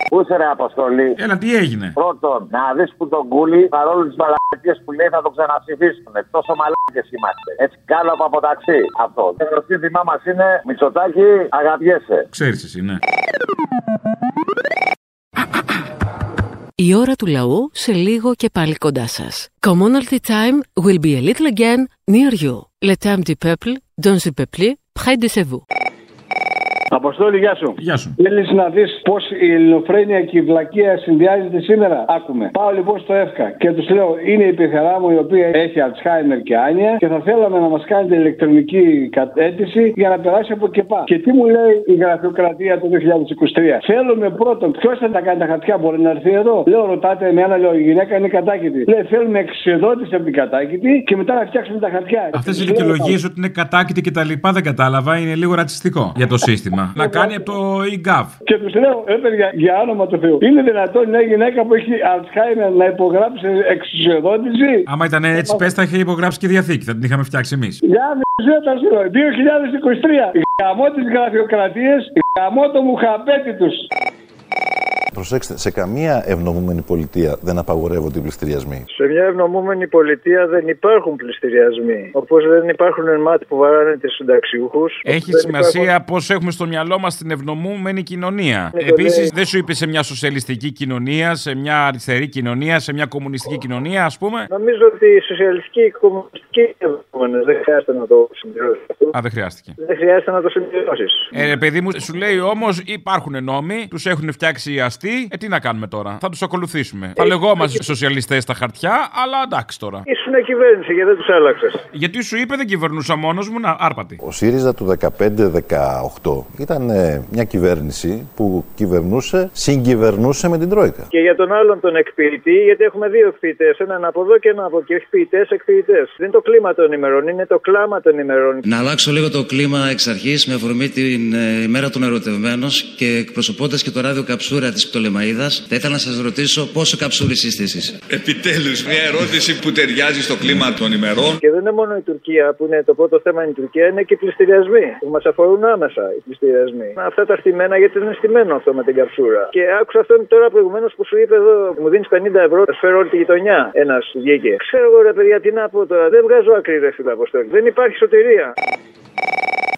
Πού είσαι ρε Αποστολή.
Έλα, τι έγινε.
Πρώτον, να δεις που τον κούλι παρόλο τις μαλακίες που λέει θα τον ξαναψηφίσουν. Τόσο μαλακίες είμαστε. Έτσι, κάλο από ταξί. Αυτό. Το σύνθημά μας είναι Μητσοτάκι, αγαπιέσαι.
Ξέρεις εσύ, ναι.
Η ώρα του λαού σε λίγο και πάλι κοντά σας. Commonalty time will be a little again near you. Le temps du peuple, dans le peuple, près de chez vous.
Αποστόλη, γεια σου.
Γεια σου.
Θέλεις να δεις πώς η ελληνοφρένεια και η βλακεία συνδυάζεται σήμερα. Άκουμε. Πάω λοιπόν στο ΕΦΚΑ και τους λέω: Είναι η πεθερά μου η οποία έχει Αλτσχάιμερ και Άνια και θα θέλαμε να μας κάνετε ηλεκτρονική κα- αίτηση για να περάσει από ΚΕΠΑ. Και τι μου λέει η γραφειοκρατία το 2023. Θέλουμε πρώτον, ποιος θα τα κάνει τα χαρτιά, μπορεί να έρθει εδώ. Λέω: Ρωτάτε με ένα, λέω: Η γυναίκα είναι κατάκητη. Λέει: Θέλουμε εξεδότηση από την κατάκητη και μετά να φτιάξουμε τα χαρτιά.
Αυτές
Τους
οι
λέω,
δικαιολογίες ότι είναι κατάκητη και τα λοιπά δεν κατάλαβα είναι λίγο ρατσιστικό για το σύστημα. Να κάνει από το E eGov.
Και τους λέω, ρε παιδιά, για όνομα του Θεού, είναι δυνατόν μια γυναίκα που έχει Αλτσχάιμερ να υπογράψει εξουσιοδότηση.
Άμα ήταν έτσι, πες, θα είχε υπογράψει και η διαθήκη. Θα την είχαμε φτιάξει εμείς.
Για μισέ τα σου λέω, 2023. Γαμώ τις γραφειοκρατίες, γαμώ το μουχαπέτη τους.
Προσέξτε, σε καμία ευνομούμενη πολιτεία δεν απαγορεύονται οι πληστηριασμοί.
Σε μια ευνομούμενη πολιτεία δεν υπάρχουν πληστηριασμοί. Όπως δεν υπάρχουν ενμάτια που βαράνε του συνταξιούχους.
Έχει σημασία πώς έχουμε στο μυαλό μας την ευνομούμενη κοινωνία.
Ναι,
Επίση,
ναι.
δεν σου είπε σε μια σοσιαλιστική κοινωνία, σε μια αριστερή κοινωνία, σε μια κομμουνιστική κοινωνία, ας πούμε.
Νομίζω ότι οι σοσιαλιστικοί και οι κομμουνιστικοί είναι ευνοούμενες. δεν χρειάζεται να το συμπληρώσεις.
Α, δεν χρειάστηκε.
Δεν χρειάζεται να το συμπληρώσεις.
Ε, ρε παιδί μου, σου λέει όμως υπάρχουν νόμοι, τους έχουν φτιάξει οι αστεί. Ε, τι να κάνουμε τώρα, θα τους ακολουθήσουμε. Θα λεγόμαστε σοσιαλιστές στα χαρτιά, αλλά εντάξει τώρα.
Ήσουν κυβέρνηση και δεν τους άλλαξες.
Γιατί σου είπε δεν κυβερνούσα μόνος μου, να άρπατη.
Ο ΣΥΡΙΖΑ του 15-18 ήταν ε, μια κυβέρνηση που κυβερνούσε, συγκυβερνούσε με την Τρόικα.
Και για τον άλλον τον εκποιητή, γιατί έχουμε δύο εκποιητές. Έναν από εδώ και έναν από εκεί. Όχι ποιητές, εκποιητές. Δεν είναι το κλίμα των ημερών, είναι το κλάμα των ημερών.
Να αλλάξω λίγο το κλίμα εξ αρχής με αφορμή την ε, ημέρα των ερωτευμένων και εκπροσωπώντας και το ράδιο Καψούρα της Πτολεμαίδα, θα ήθελα να σας ρωτήσω πόσο καψούρι είστε εσείς.
Επιτέλους, μια ερώτηση που ταιριάζει στο κλίμα των ημερών.
Και δεν είναι μόνο η Τουρκία που είναι το πρώτο θέμα, είναι η Τουρκία, είναι και οι πληστηριασμοί που μας αφορούν άμεσα. Οι πληστηριασμοί. Αυτά τα στημένα, γιατί είναι στημένο αυτό με την καψούρα. Και άκουσα αυτόν τώρα προηγουμένως που σου είπε εδώ, μου δίνεις 50 ευρώ, θα σου φέρω όλη τη γειτονιά. Ένας βγήκε. Ξέρω εγώ ρε παιδιά, τι να πω τώρα, δεν βγάζω άκρη ρε φίλε Αποστόλη. Δεν υπάρχει σωτηρία.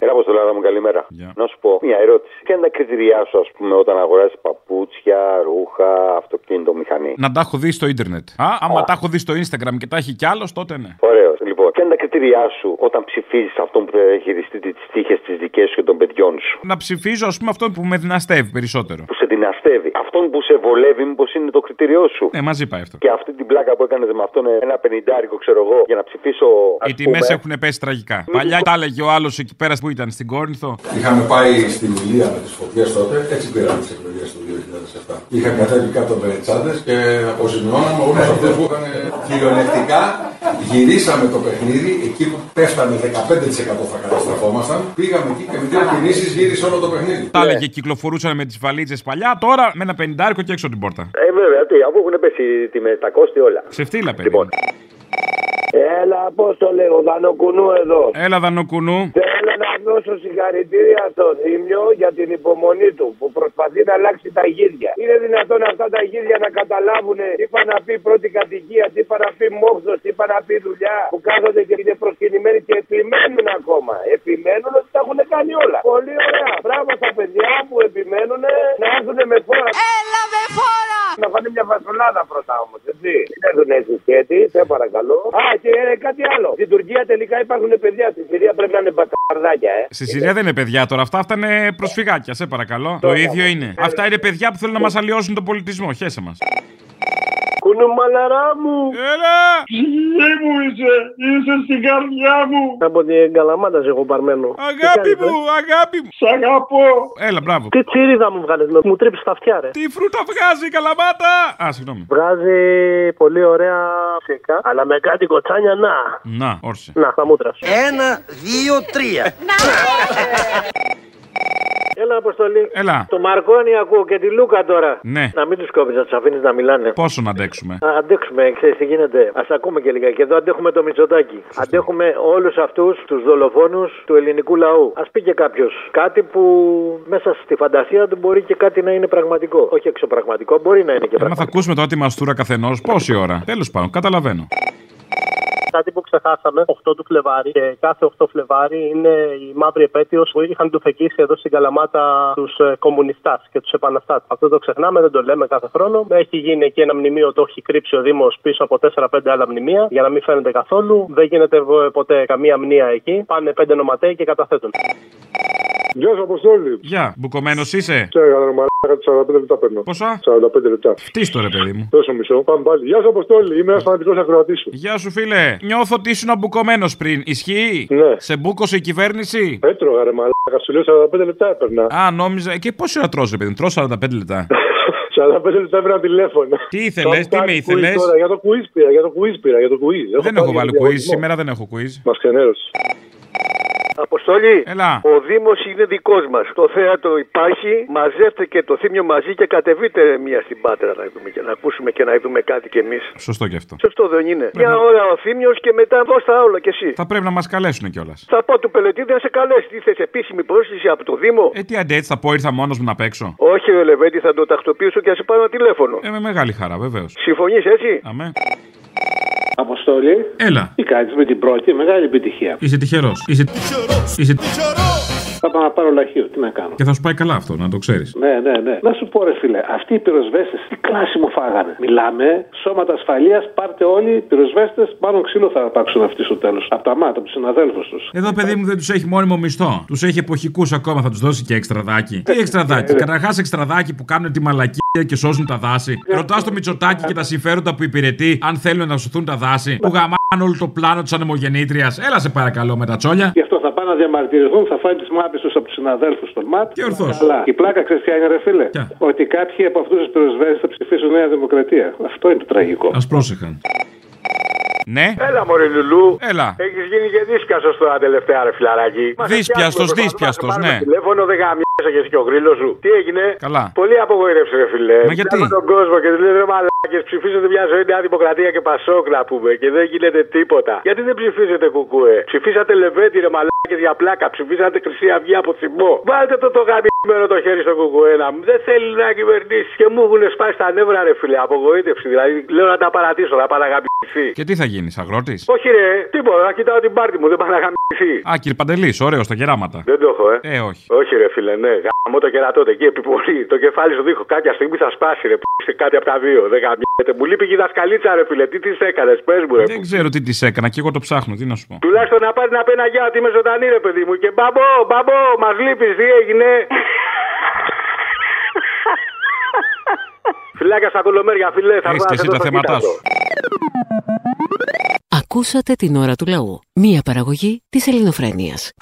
Έλα, Αποστολάρα μου, καλημέρα. Να σου πω μια ερώτηση. Ποια είναι τα κριτηριά σου, ας πούμε, όταν αγοράζεις παπούτσια, ρούχα, αυτοκίνητο, μηχανή.
Να τα έχω δει στο ίντερνετ. Α, άμα τα έχω δει στο Instagram και τα έχει κι άλλος, τότε ναι.
Ωραίο. Λοιπόν, ποια είναι τα κριτηριά σου όταν ψηφίζεις αυτόν που θα χειριστεί τι τύχε τη δικές σου και των παιδιών σου.
Να ψηφίζω, ας πούμε, αυτόν που με δυναστεύει περισσότερο.
Που σε δυναστεύει. Αυτόν που σε βολεύει, μήπως είναι το κριτήριό
Ε,
σου.
Ναι, μαζί πάει αυτό.
Και αυτή την πλάκα που έκανες με αυτόν ε, ένα πενιντάρικο, ξέρω εγώ, για να ψηφίσω. ας
Οι τιμές
πούμε.
έχουν πέσει τραγικά. Παλιά τα έλεγε ο άλλος εκεί πέρα που ήταν στην Κόρινθο.
Είχαμε πάει στην Ηλία με τις φωτιές τότε, έτσι πήραμε τις εκλογές του 2007. Είχαν κατέβει κάτω με τσάντες και αποζημιώναμε όλου αυτού που είχαν ε, χειρονεκτικά. Γυρίσαμε το παιχνίδι, εκεί που πέφτανε 15% θα καταστραφόμασταν. Πήγαμε εκεί και με δύο κινήσεις γύρισε όλο το παιχνίδι.
Τα έλεγε, κυκλοφορούσαν με τις βαλίτσες παλιά. Τώρα με ένα πενιντάρικο και έξω την πόρτα.
Ε, βέβαια, τι, αφού έχουν πέσει οι τιμές, τα κόστη όλα.
Ξεφτύλα, παιδί. Λοιπόν.
Έλα, πώς το λέγω, Δανοκουνού εδώ.
Έλα, Δανοκουνού.
Θέλω να δώσω συγχαρητήρια στον Δήμιο για την υπομονή του που προσπαθεί να αλλάξει τα γύρια. Είναι δυνατόν αυτά τα γύρια να καταλάβουν τι είπα να πει πρώτη κατοικία, τι είπα να πει μόχθος, τι είπα να πει δουλειά που κάθονται και είναι προσκυνημένοι και επιμένουν ακόμα. Επιμένουν ότι τα έχουν κάνει όλα. Πολύ ωραία. Μπράβο στα παιδιά που επιμένουν να έρθουν με φόρα. Έλα με φόρα! Να φάνε μια φασολάδα πρώτα όμως, έτσι. Δεν έρθουν έτσι σκέτη, σε παρακαλώ. Α, και ε, κάτι άλλο. Στην Τουρκία τελικά υπάρχουν παιδιά. Στην Συρία πρέπει να είναι μπαταρδάκια, ε.
Στη Συρία δεν είναι παιδιά τώρα. Αυτά, αυτά είναι προσφυγάκια, σε παρακαλώ. Το
Τώρα.
ίδιο είναι. Αυτά είναι παιδιά που θέλουν να μας αλλοιώσουν τον πολιτισμό. Χέσε μας.
Κουνουμαλαρά μου!
Έλα!
Ψυχή μου είσαι! Είσαι στην καρδιά μου! Από την Καλαμάτα σε έχω παρμένο.
Αγάπη μου, αγάπη μου!
Σ' αγαπώ!
Έλα, μπράβο.
Τι τσίριδα μου βγάλες, με- μου τρύπεις τα αυτιά ρε.
Τι φρούτα βγάζει η καλαμάτα! Α, συγγνώμη.
Βγάζει πολύ ωραία φυσικά, αλλά με κάτι κοτσάνια να.
Να, όρσε.
Να, στα μούτρα σου. Ένα, δύο, τρία. Έλα, Αποστολή.
Έλα.
Το Μαρκόνι ακούω και τη Λούκα τώρα.
Ε, Ναι.
Να μην τους κόβεις, να τους αφήνεις να μιλάνε.
Πόσο να αντέξουμε.
Α, αντέξουμε, ξέρεις τι γίνεται. Ας ακούμε και λίγα. Και εδώ αντέχουμε το Μητσοτάκι. Αντέχουμε όλους αυτούς τους δολοφόνους του ελληνικού λαού. Ας πει και κάποιος κάτι που μέσα στη φαντασία του μπορεί και κάτι να είναι πραγματικό. Όχι εξωπραγματικό, μπορεί να είναι και
Εμένα θα ακούσουμε τώρα τη μαστούρα καθενός. Πόση ώρα. Τέλος πάντων, καταλαβαίνω.
Κάτι που ξεχάσαμε, 8 του Φλεβάρι και κάθε 8 Φλεβάρι είναι η μαύρη επέτειος που είχαν του φεκίσει εδώ στην Καλαμάτα τους κομμουνιστάς και τους επαναστάτες. Αυτό το ξεχνάμε, δεν το λέμε κάθε χρόνο. Έχει γίνει εκεί ένα μνημείο, το έχει κρύψει ο Δήμος πίσω από 4-5 άλλα μνημεία για να μην φαίνεται καθόλου. Δεν γίνεται ε, ποτέ καμία μνήα εκεί. Πάνε 5 νοματέοι και καταθέτουν.
Γεια σα, Αποστόλη.
Γεια, μπουκωμένος είσαι.
Ξέρω, ρε μαλάκα, 45 λεπτά παίρνω.
Πόσα?
45 λεπτά.
Τι το ρε παιδί μου.
Τόσο μισό, πάμε πάλι. Γεια σα, Αποστόλη. Είμαι ένας φανατικός ακροατής σου.
Γεια σου, φίλε. Νιώθω ότι ήσουν αμπουκωμένος πριν. Ισχύει. Σε μπούκωσε η κυβέρνηση.
Έτρωγα, Ναι. ρε μαλάκα, σου λέω 45 λεπτά έπαιρνα.
Α, νόμιζα. Και πόση ώρα τρως, ρε παιδί μου. Τρως 45 λεπτά.
45 λεπτά έπαιρνα τηλέφωνο.
Τι ήθελες,
Κάνω κάτι
τι με
quiz
ήθελες?
Τώρα, για το quiz πήρα, για το quiz πήρα, για το quiz.
δεν έχω
πάρει
βάλει
διαγωνισμό.
quiz. Σήμερα δεν έχω quiz.
Μα ξενέρωσε.
Αποστολή, ο Δήμος είναι δικός μας. Το θέατρο υπάρχει. Μαζεύτε και το θύμιο μαζί και κατεβείτε ρε, μία στην πάτρα να, δούμε και να ακούσουμε και να δούμε κάτι κι εμείς.
Σωστό και αυτό.
Σωστό δεν
Ναι,
είναι. Μια ώρα ο θύμιος και μετά δώστα όλα κι εσύ.
Θα πρέπει να μας καλέσουν κιόλας.
Θα πω του πελετήδη να σε καλέσει. Τι θες, επίσημη πρόσκληση από το Δήμο.
Ε, τι αντί έτσι θα πω, ήρθα μόνος μου να παίξω.
Όχι, ρε Λεβέντη, θα το τακτοποιήσω και να σε πάρω ένα τηλέφωνο.
Ε, με μεγάλη χαρά, βεβαίως.
Συμφωνείς, έτσι.
Αμέ.
Αποστολή.
Έλα.
Τι κάνεις με την πρώτη, μεγάλη επιτυχία.
Είσαι τυχερός. Είσαι... Είσαι...
Θα πάω να πάρω λαχείο, τι να κάνω.
Και θα σου πάει καλά αυτό, να το ξέρεις.
Ναι, ναι, ναι. Να σου πω, ρε φίλε, αυτοί οι πυροσβέστες τι κλάση μου φάγανε. Μιλάμε, σώματα ασφαλείας, πάρτε όλοι οι πυροσβέστες, μάλλον ξύλο θα αρπάξουν αυτοί στο τέλος. Από τα μάτια, από τους συναδέλφους τους.
Εδώ, παιδί μου, δεν τους έχει μόνιμο μισθό. Τους έχει εποχικούς ακόμα, θα τους δώσει και εξτραδάκι. Τι εξτραδάκι. Καταρχά, εξτραδάκι που κάνουν τη μαλακία και σώζουν τα δάση. Ρωτάς το Μητσοτάκι και τα συμφέροντα που υπηρετεί, αν θέλουν να σωθούν τα δάση. Που γαμάνε όλο το πλάνο της ανεμογεννήτριας. Έλα σε παρακαλώ με τα τσόλια.
Γι' αυτό θα πάνε να διαμαρτυρηθούν, θα φάνε τι μάπε του από τους συναδέλφους των ΜΑΤ. Και
ορθώς.
Αλλά η πλάκα ξέρεις ποια είναι, ρε φίλε. Ότι κάποιοι από αυτούς τους πυροσβέστε θα ψηφίσουν Νέα Δημοκρατία. Αυτό είναι το τραγικό.
Ας πρόσεχαν. Ναι.
Έλα, Μωρή Λουλού.
Έλα.
Έχεις γίνει και δύσκαστο τώρα τελευταία, ρε φιλαράκι. Μας
Δύσπιαστος,
φτιάχνουμε,
δύσπιαστος,
προσπαθούμε να
ναι.
πάρουμε Τηλέφωνο δεν γαμιέσαι και εσύ και ο γκρίλο σου. Τι έγινε.
Καλά.
Πολύ απογοήτευσε, ρε φιλέ.
Μα γιατί?
Βλέπω τον κόσμο και του λέει ρε μαλάκες, ψηφίζετε μια ζωή Νέα Δημοκρατία και Πασόκ να πούμε και δεν γίνεται τίποτα. Γιατί δεν ψηφίζετε κουκούε. Ψηφίσατε Λεβέντι, ρε μαλάκες για πλάκα. Ψηφίσατε Χρυσή Αυγή από θυμό. Βάλτε το το γαμιμένο το χέρι στο κουκούε να μου. Δεν θέλει να κυβερνήσει και μου έχουν σπάσει τα νεύρα, ρε φιλέ. Απογοήτευση δηλαδή. Λέω να τα παρατήσω, να παραγαμιθεί.
Και τι θα γίνεις, αγρότης.
Όχι ρε, τίποτα, να κοιτάω την πάρτη μου, δεν πάει να γαμιθεί.
Α, κύριε Παντελής, ωραίο στα γεράματα.
Δεν το έχω, ε.
Ε, όχι.
Όχι ρε φίλε, ναι, γαμώ το κερατό, εκεί επιπολεί. Το κεφάλι σου δείχνω, κάποια στιγμή θα σπάσει ρε, σε κάτι από τα δύο, δεν γαμιέται. Μου λείπει και η δασκαλίτσα ρε φίλε, τι της έκανες, πες μου ρε.
Δεν ξέρω τι τη έκανα και εγώ το ψάχνω, τι να σου πω.
Τουλάχιστον να πάρει να πει ένα γεια ότι είμαι ζωντανή ρε παιδί μου και μπαμπό, μπαμπό, μας λείπεις, τι έγινε. Φιλάκια στα κολομέρια, φίλε, θα
Έχεις
βγάλω
και εσύ
εδώ
τα
στο
θέματά
κοίτατο.
σου. Ακούσατε την ώρα του λαού. Μία παραγωγή της ελληνοφρένειας.